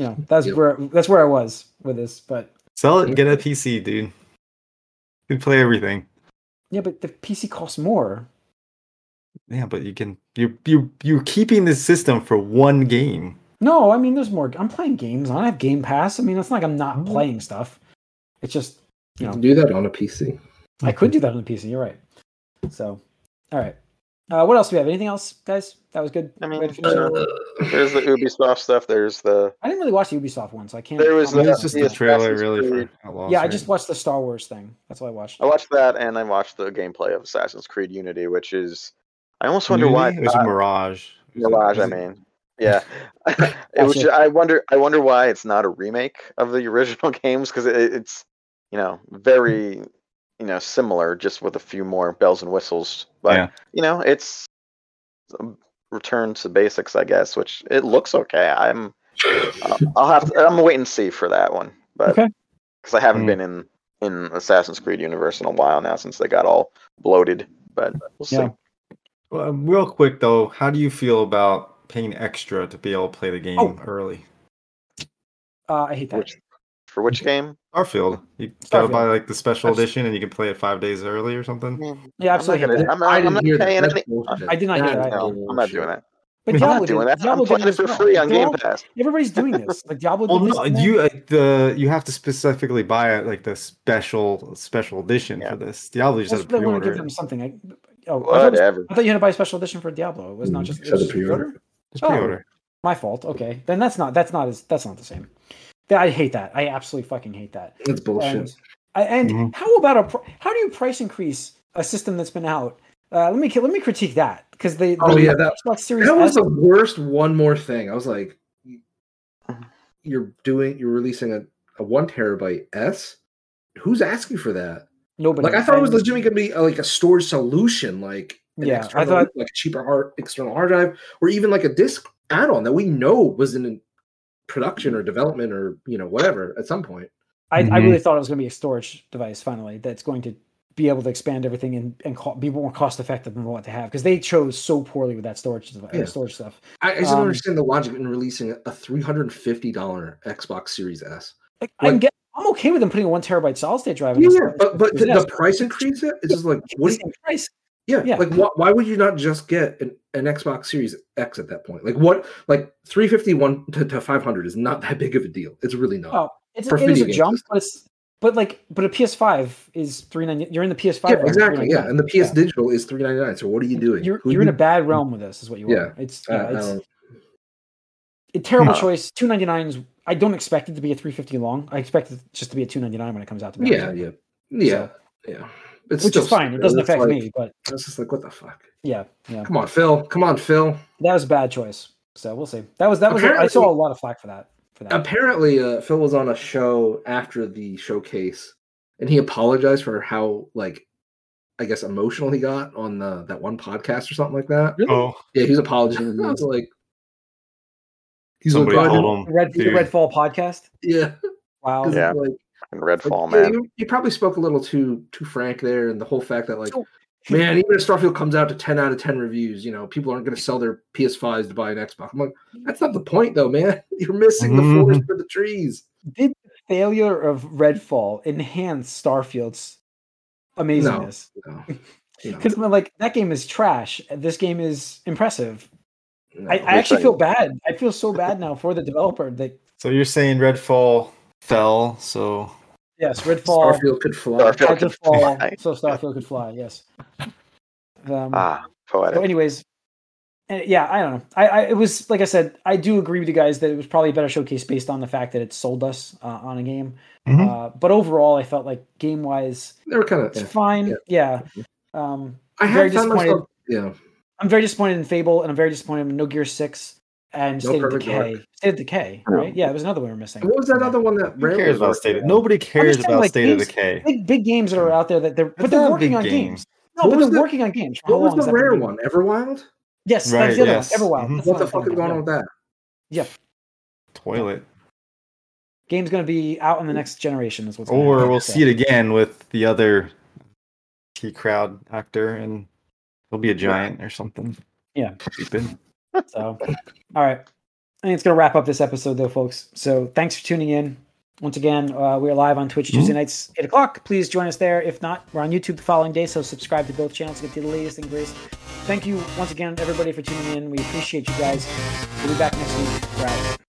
[SPEAKER 1] know, that's
[SPEAKER 4] Yeah.
[SPEAKER 1] where that's where I was with this. But
[SPEAKER 3] Sell it and get a PC, dude. You can play everything.
[SPEAKER 1] yeah, but the PC costs more.
[SPEAKER 3] Yeah, but you can you you you're keeping this system for one game.
[SPEAKER 1] No, I mean, there's more. I'm playing games. I have Game Pass. I mean, it's not like I'm not playing stuff. It's just
[SPEAKER 4] you
[SPEAKER 1] Yeah.
[SPEAKER 4] can do that on a PC.
[SPEAKER 1] I could do that on the PC. You're right. So, all right. Uh, what else do we have? Anything else, guys? That was good.
[SPEAKER 2] I mean,
[SPEAKER 1] Way to finish it.
[SPEAKER 2] uh, there's the Ubisoft stuff. There's the
[SPEAKER 1] I didn't really watch the Ubisoft one, so I can't.
[SPEAKER 2] There was
[SPEAKER 1] comment
[SPEAKER 2] no-
[SPEAKER 1] on
[SPEAKER 3] it's just
[SPEAKER 1] that.
[SPEAKER 2] yeah,
[SPEAKER 3] the trailer,
[SPEAKER 2] Assassin's
[SPEAKER 3] really.
[SPEAKER 2] Creed.
[SPEAKER 3] For Outlaws,
[SPEAKER 1] yeah, I
[SPEAKER 3] right?
[SPEAKER 1] just watched the Star Wars thing. That's what I watched.
[SPEAKER 2] I watched that and I watched the gameplay of Assassin's Creed Unity, which is I almost wonder why
[SPEAKER 3] Unity? It was
[SPEAKER 2] not
[SPEAKER 3] a mirage. It was a-
[SPEAKER 2] Mirage.
[SPEAKER 3] it
[SPEAKER 2] I
[SPEAKER 3] was a-
[SPEAKER 2] mean, yeah, it was.
[SPEAKER 1] Gotcha.
[SPEAKER 2] ju- I wonder. I wonder why it's not a remake of the original games because it, it's you know
[SPEAKER 1] Hmm.
[SPEAKER 2] very you know similar, just with a few more bells and whistles. But
[SPEAKER 3] Yeah.
[SPEAKER 2] you know, it's a return to basics, I guess. Which it looks okay. I'm. uh, I'll have. To, I'm gonna wait and see for that one, but
[SPEAKER 1] Okay. Hmm.
[SPEAKER 2] because I haven't
[SPEAKER 3] Mm.
[SPEAKER 2] been in in Assassin's Creed universe in a while now since they got all bloated. But we'll see.
[SPEAKER 1] Yeah.
[SPEAKER 3] Well, real quick though, how do you feel about paying extra to be able to play the game
[SPEAKER 1] Oh.
[SPEAKER 3] early?
[SPEAKER 1] Uh, I hate that.
[SPEAKER 2] Which for which game?
[SPEAKER 3] Starfield, you gotta
[SPEAKER 1] Starfield.
[SPEAKER 3] buy like the special
[SPEAKER 1] That's-
[SPEAKER 3] edition, and you can play it five days early or something.
[SPEAKER 1] yeah, absolutely.
[SPEAKER 2] I'm
[SPEAKER 1] hate that.
[SPEAKER 2] not gonna- I'm not-
[SPEAKER 4] I
[SPEAKER 2] I'm
[SPEAKER 4] didn't
[SPEAKER 2] not
[SPEAKER 4] hear that.
[SPEAKER 2] paying
[SPEAKER 4] That's
[SPEAKER 2] anything-
[SPEAKER 4] bullshit.
[SPEAKER 1] I did not hear
[SPEAKER 4] That
[SPEAKER 1] that
[SPEAKER 4] is
[SPEAKER 1] either.
[SPEAKER 2] No, I'm not doing that.
[SPEAKER 1] But
[SPEAKER 3] I'm
[SPEAKER 2] I'm
[SPEAKER 1] Diablo
[SPEAKER 2] not doing
[SPEAKER 1] did,
[SPEAKER 2] that.
[SPEAKER 1] Diablo
[SPEAKER 2] I'm playing
[SPEAKER 1] did
[SPEAKER 2] it for
[SPEAKER 1] as well.
[SPEAKER 2] free on Game
[SPEAKER 1] Diablo-
[SPEAKER 2] Pass.
[SPEAKER 1] Everybody's doing this. Like Diablo.
[SPEAKER 3] Well,
[SPEAKER 1] did this
[SPEAKER 3] no,
[SPEAKER 1] and that.
[SPEAKER 3] you uh, the you have to specifically buy it like the special special edition
[SPEAKER 2] Yeah.
[SPEAKER 3] for this. Diablo just
[SPEAKER 1] That's
[SPEAKER 3] has
[SPEAKER 1] what
[SPEAKER 3] to
[SPEAKER 1] they want to
[SPEAKER 3] pre-order.
[SPEAKER 1] give them
[SPEAKER 3] it.
[SPEAKER 1] something. I, oh, I thought, it was-
[SPEAKER 2] Whatever.
[SPEAKER 1] I thought you had to buy a special edition for Diablo. It was not
[SPEAKER 4] Mm,
[SPEAKER 1] just, it
[SPEAKER 4] said
[SPEAKER 1] was
[SPEAKER 4] the
[SPEAKER 1] just
[SPEAKER 4] pre-order.
[SPEAKER 1] pre-order?
[SPEAKER 3] Just
[SPEAKER 1] Oh.
[SPEAKER 3] pre-order.
[SPEAKER 1] My fault. Okay, then that's not that's not as that's not the same. That- I hate that. I absolutely fucking hate that.
[SPEAKER 4] That's bullshit. Mm-hmm.
[SPEAKER 1] And, I- and
[SPEAKER 3] Mhm.
[SPEAKER 1] how about a pr- how do you price increase a system that's been out? Uh, let me let me critique that because they,
[SPEAKER 4] Oh,
[SPEAKER 1] they-
[SPEAKER 4] yeah, that-
[SPEAKER 1] Xbox Series
[SPEAKER 4] That was
[SPEAKER 1] S-
[SPEAKER 4] the worst one more thing. I was like, you're doing, you're releasing a, a one terabyte S? Who's asking for that?
[SPEAKER 1] nobody
[SPEAKER 4] Like, I thought it was
[SPEAKER 1] And-
[SPEAKER 4] legitimately going to be uh, like a storage solution, like an
[SPEAKER 1] Yeah, I
[SPEAKER 4] external,
[SPEAKER 1] thought-
[SPEAKER 4] like a cheaper hard, external hard drive, or even like a disk add on that we know was in production or development or, you know, whatever at some point.
[SPEAKER 1] I, I
[SPEAKER 3] Mhm.
[SPEAKER 4] Mm-hmm.
[SPEAKER 1] really thought it was going to be a storage device finally that's going to be able to expand everything and, and co- be more cost effective than what they have because they chose so poorly with that storage device,
[SPEAKER 4] Yeah.
[SPEAKER 1] storage stuff.
[SPEAKER 4] I, I just
[SPEAKER 1] Um,
[SPEAKER 4] don't understand the logic in releasing a $350 Xbox Series S.
[SPEAKER 1] Like, I can
[SPEAKER 4] Like-
[SPEAKER 1] get, I'm okay with them putting a one terabyte solid state drive. in
[SPEAKER 4] Yeah,
[SPEAKER 1] this-
[SPEAKER 4] but but the,
[SPEAKER 1] Yes.
[SPEAKER 4] the price increase it, it's just like
[SPEAKER 1] Keep
[SPEAKER 4] what?
[SPEAKER 1] the
[SPEAKER 4] do you-
[SPEAKER 1] same price.
[SPEAKER 4] yeah,
[SPEAKER 1] yeah.
[SPEAKER 4] like why, why would you not just get an, an Xbox Series X at that point? Like what? Like three fifty one to, to five hundred is not that big of a deal. It's really not.
[SPEAKER 1] Oh, It's,
[SPEAKER 4] for
[SPEAKER 1] it is
[SPEAKER 4] video
[SPEAKER 1] a
[SPEAKER 4] games.
[SPEAKER 1] jump, but it's but like but a PS5 is three ninety. You're in the PS5
[SPEAKER 4] yeah,
[SPEAKER 1] realm,
[SPEAKER 4] exactly. Yeah,
[SPEAKER 1] 399.
[SPEAKER 4] and the PS Digital is three ninety nine. So what are you doing?
[SPEAKER 1] You're,
[SPEAKER 4] Who
[SPEAKER 1] you're
[SPEAKER 4] you-
[SPEAKER 1] in a bad realm with this, is what you
[SPEAKER 4] Yeah, Uh, um,
[SPEAKER 1] are. It's,
[SPEAKER 4] I-
[SPEAKER 1] yeah,
[SPEAKER 4] I
[SPEAKER 1] it's
[SPEAKER 4] don't-
[SPEAKER 1] a terrible
[SPEAKER 2] Hmm.
[SPEAKER 1] choice. Two ninety nine is. I don't expect it to be a three fifty long. I expect it just to be a two ninety nine when it comes out. To be honest
[SPEAKER 4] yeah,
[SPEAKER 1] with you.
[SPEAKER 4] yeah, yeah, yeah. It's
[SPEAKER 1] which is
[SPEAKER 4] still
[SPEAKER 1] fine. It
[SPEAKER 4] stupid.
[SPEAKER 1] doesn't
[SPEAKER 4] It's
[SPEAKER 1] affect
[SPEAKER 4] like-
[SPEAKER 1] me, but
[SPEAKER 4] It's just like what the fuck?
[SPEAKER 1] yeah, yeah,
[SPEAKER 4] Come on, Phil. Come on, Phil.
[SPEAKER 1] that was a bad choice. So we'll see. That was that was. I saw a lot of flack for that. For that,
[SPEAKER 4] apparently uh, phil was on a show after the showcase and he apologized for how like i guess emotional he got on the that one podcast or something like that
[SPEAKER 1] Really?
[SPEAKER 3] Oh,
[SPEAKER 4] yeah he was apologizing i was like he's like,
[SPEAKER 3] somebody
[SPEAKER 4] "God,
[SPEAKER 3] hold
[SPEAKER 1] The
[SPEAKER 3] them.
[SPEAKER 1] Red the
[SPEAKER 3] dude.
[SPEAKER 1] Redfall podcast.
[SPEAKER 4] yeah,
[SPEAKER 1] Wow.
[SPEAKER 4] 'cause it's
[SPEAKER 2] Yeah.
[SPEAKER 4] like,
[SPEAKER 2] And
[SPEAKER 4] like,
[SPEAKER 2] Redfall,
[SPEAKER 4] yeah,
[SPEAKER 2] man.
[SPEAKER 4] you, you probably spoke a little too too frank there and the whole fact that like
[SPEAKER 1] So-
[SPEAKER 4] man even if starfield comes out to 10 out of 10 reviews you know people aren't going to sell their ps5s to buy an xbox i'm like that's not the point though man you're missing the forest for the trees
[SPEAKER 1] Did the failure of Redfall enhance Starfield's amazingness?
[SPEAKER 4] No, no.
[SPEAKER 1] Because I'm like that game is trash. This game is impressive.
[SPEAKER 4] No.
[SPEAKER 1] I, I
[SPEAKER 2] Which
[SPEAKER 1] actually
[SPEAKER 2] I-
[SPEAKER 1] feel bad. I feel so bad now for the developer. That
[SPEAKER 3] So you're saying Redfall fell? So
[SPEAKER 1] yes, Redfall,
[SPEAKER 4] Starfield could fly.
[SPEAKER 2] Starfield.
[SPEAKER 1] had to fall
[SPEAKER 2] fly.
[SPEAKER 1] so Starfield could fly. Yes. Um,
[SPEAKER 2] Ah,
[SPEAKER 1] So,
[SPEAKER 2] poetic.
[SPEAKER 1] anyways, eh, yeah, I don't know. I, I it was like I said, I do agree with you guys that it was probably a better showcase based on the fact that it sold us uh, on a game.
[SPEAKER 4] Mm-hmm.
[SPEAKER 3] Mhm.
[SPEAKER 1] Uh, but overall, I felt like game wise,
[SPEAKER 4] They were kind of.
[SPEAKER 1] it's fine. Yeah. Um,
[SPEAKER 4] I
[SPEAKER 1] very
[SPEAKER 4] have found
[SPEAKER 1] disappointed.
[SPEAKER 4] myself. Yeah,
[SPEAKER 1] I'm very disappointed in Fable, and I'm very disappointed in No Gear Six and
[SPEAKER 4] No
[SPEAKER 1] State of
[SPEAKER 4] Perfect
[SPEAKER 1] Decay.
[SPEAKER 4] Dark.
[SPEAKER 1] State of Decay,
[SPEAKER 2] No.
[SPEAKER 1] right? Yeah, it was another one we were missing.
[SPEAKER 4] what was that other one that?
[SPEAKER 3] Who
[SPEAKER 4] Rand
[SPEAKER 3] cares
[SPEAKER 4] was
[SPEAKER 3] about
[SPEAKER 4] working
[SPEAKER 3] state? Of,
[SPEAKER 4] on?
[SPEAKER 3] nobody cares
[SPEAKER 1] saying,
[SPEAKER 3] about
[SPEAKER 1] like,
[SPEAKER 3] State of
[SPEAKER 1] games-
[SPEAKER 3] Decay.
[SPEAKER 1] Big big games that are out there that they're
[SPEAKER 3] That's
[SPEAKER 1] but they're
[SPEAKER 3] not
[SPEAKER 1] working
[SPEAKER 3] big
[SPEAKER 1] on games.
[SPEAKER 3] games.
[SPEAKER 1] No,
[SPEAKER 4] What
[SPEAKER 1] but
[SPEAKER 4] was
[SPEAKER 1] they're
[SPEAKER 4] the-
[SPEAKER 1] working on games. for how
[SPEAKER 4] What was
[SPEAKER 1] long has
[SPEAKER 4] the
[SPEAKER 1] that been
[SPEAKER 4] rare
[SPEAKER 1] going on?
[SPEAKER 4] one? Mm-hmm. Everwild.
[SPEAKER 1] Yes,
[SPEAKER 3] Right,
[SPEAKER 1] that's the other
[SPEAKER 3] yes.
[SPEAKER 1] one. Everwild.
[SPEAKER 3] Mhm.
[SPEAKER 1] That's
[SPEAKER 4] What the
[SPEAKER 1] I'm
[SPEAKER 4] fuck is
[SPEAKER 1] thinking about,
[SPEAKER 4] going on with that?
[SPEAKER 3] Toilet.
[SPEAKER 1] yeah. Game's gonna be out in the next generation. Is what's gonna
[SPEAKER 3] Or
[SPEAKER 1] happen,
[SPEAKER 3] we'll
[SPEAKER 1] so.
[SPEAKER 3] see it again with the other T crowd actor, and he'll be a giant or something.
[SPEAKER 1] Yeah.
[SPEAKER 3] Stupid.
[SPEAKER 1] So, all right. I think it's going to wrap up this episode, though, folks. So, thanks for tuning in. Once again, uh, we are live on Twitch Tuesday nights, 8 o'clock. Please join us there. If not, we're on YouTube the following day, so subscribe to both channels to get the latest and greatest. Thank you once again, everybody, for tuning in. We appreciate you guys. We'll be back next week. We're out.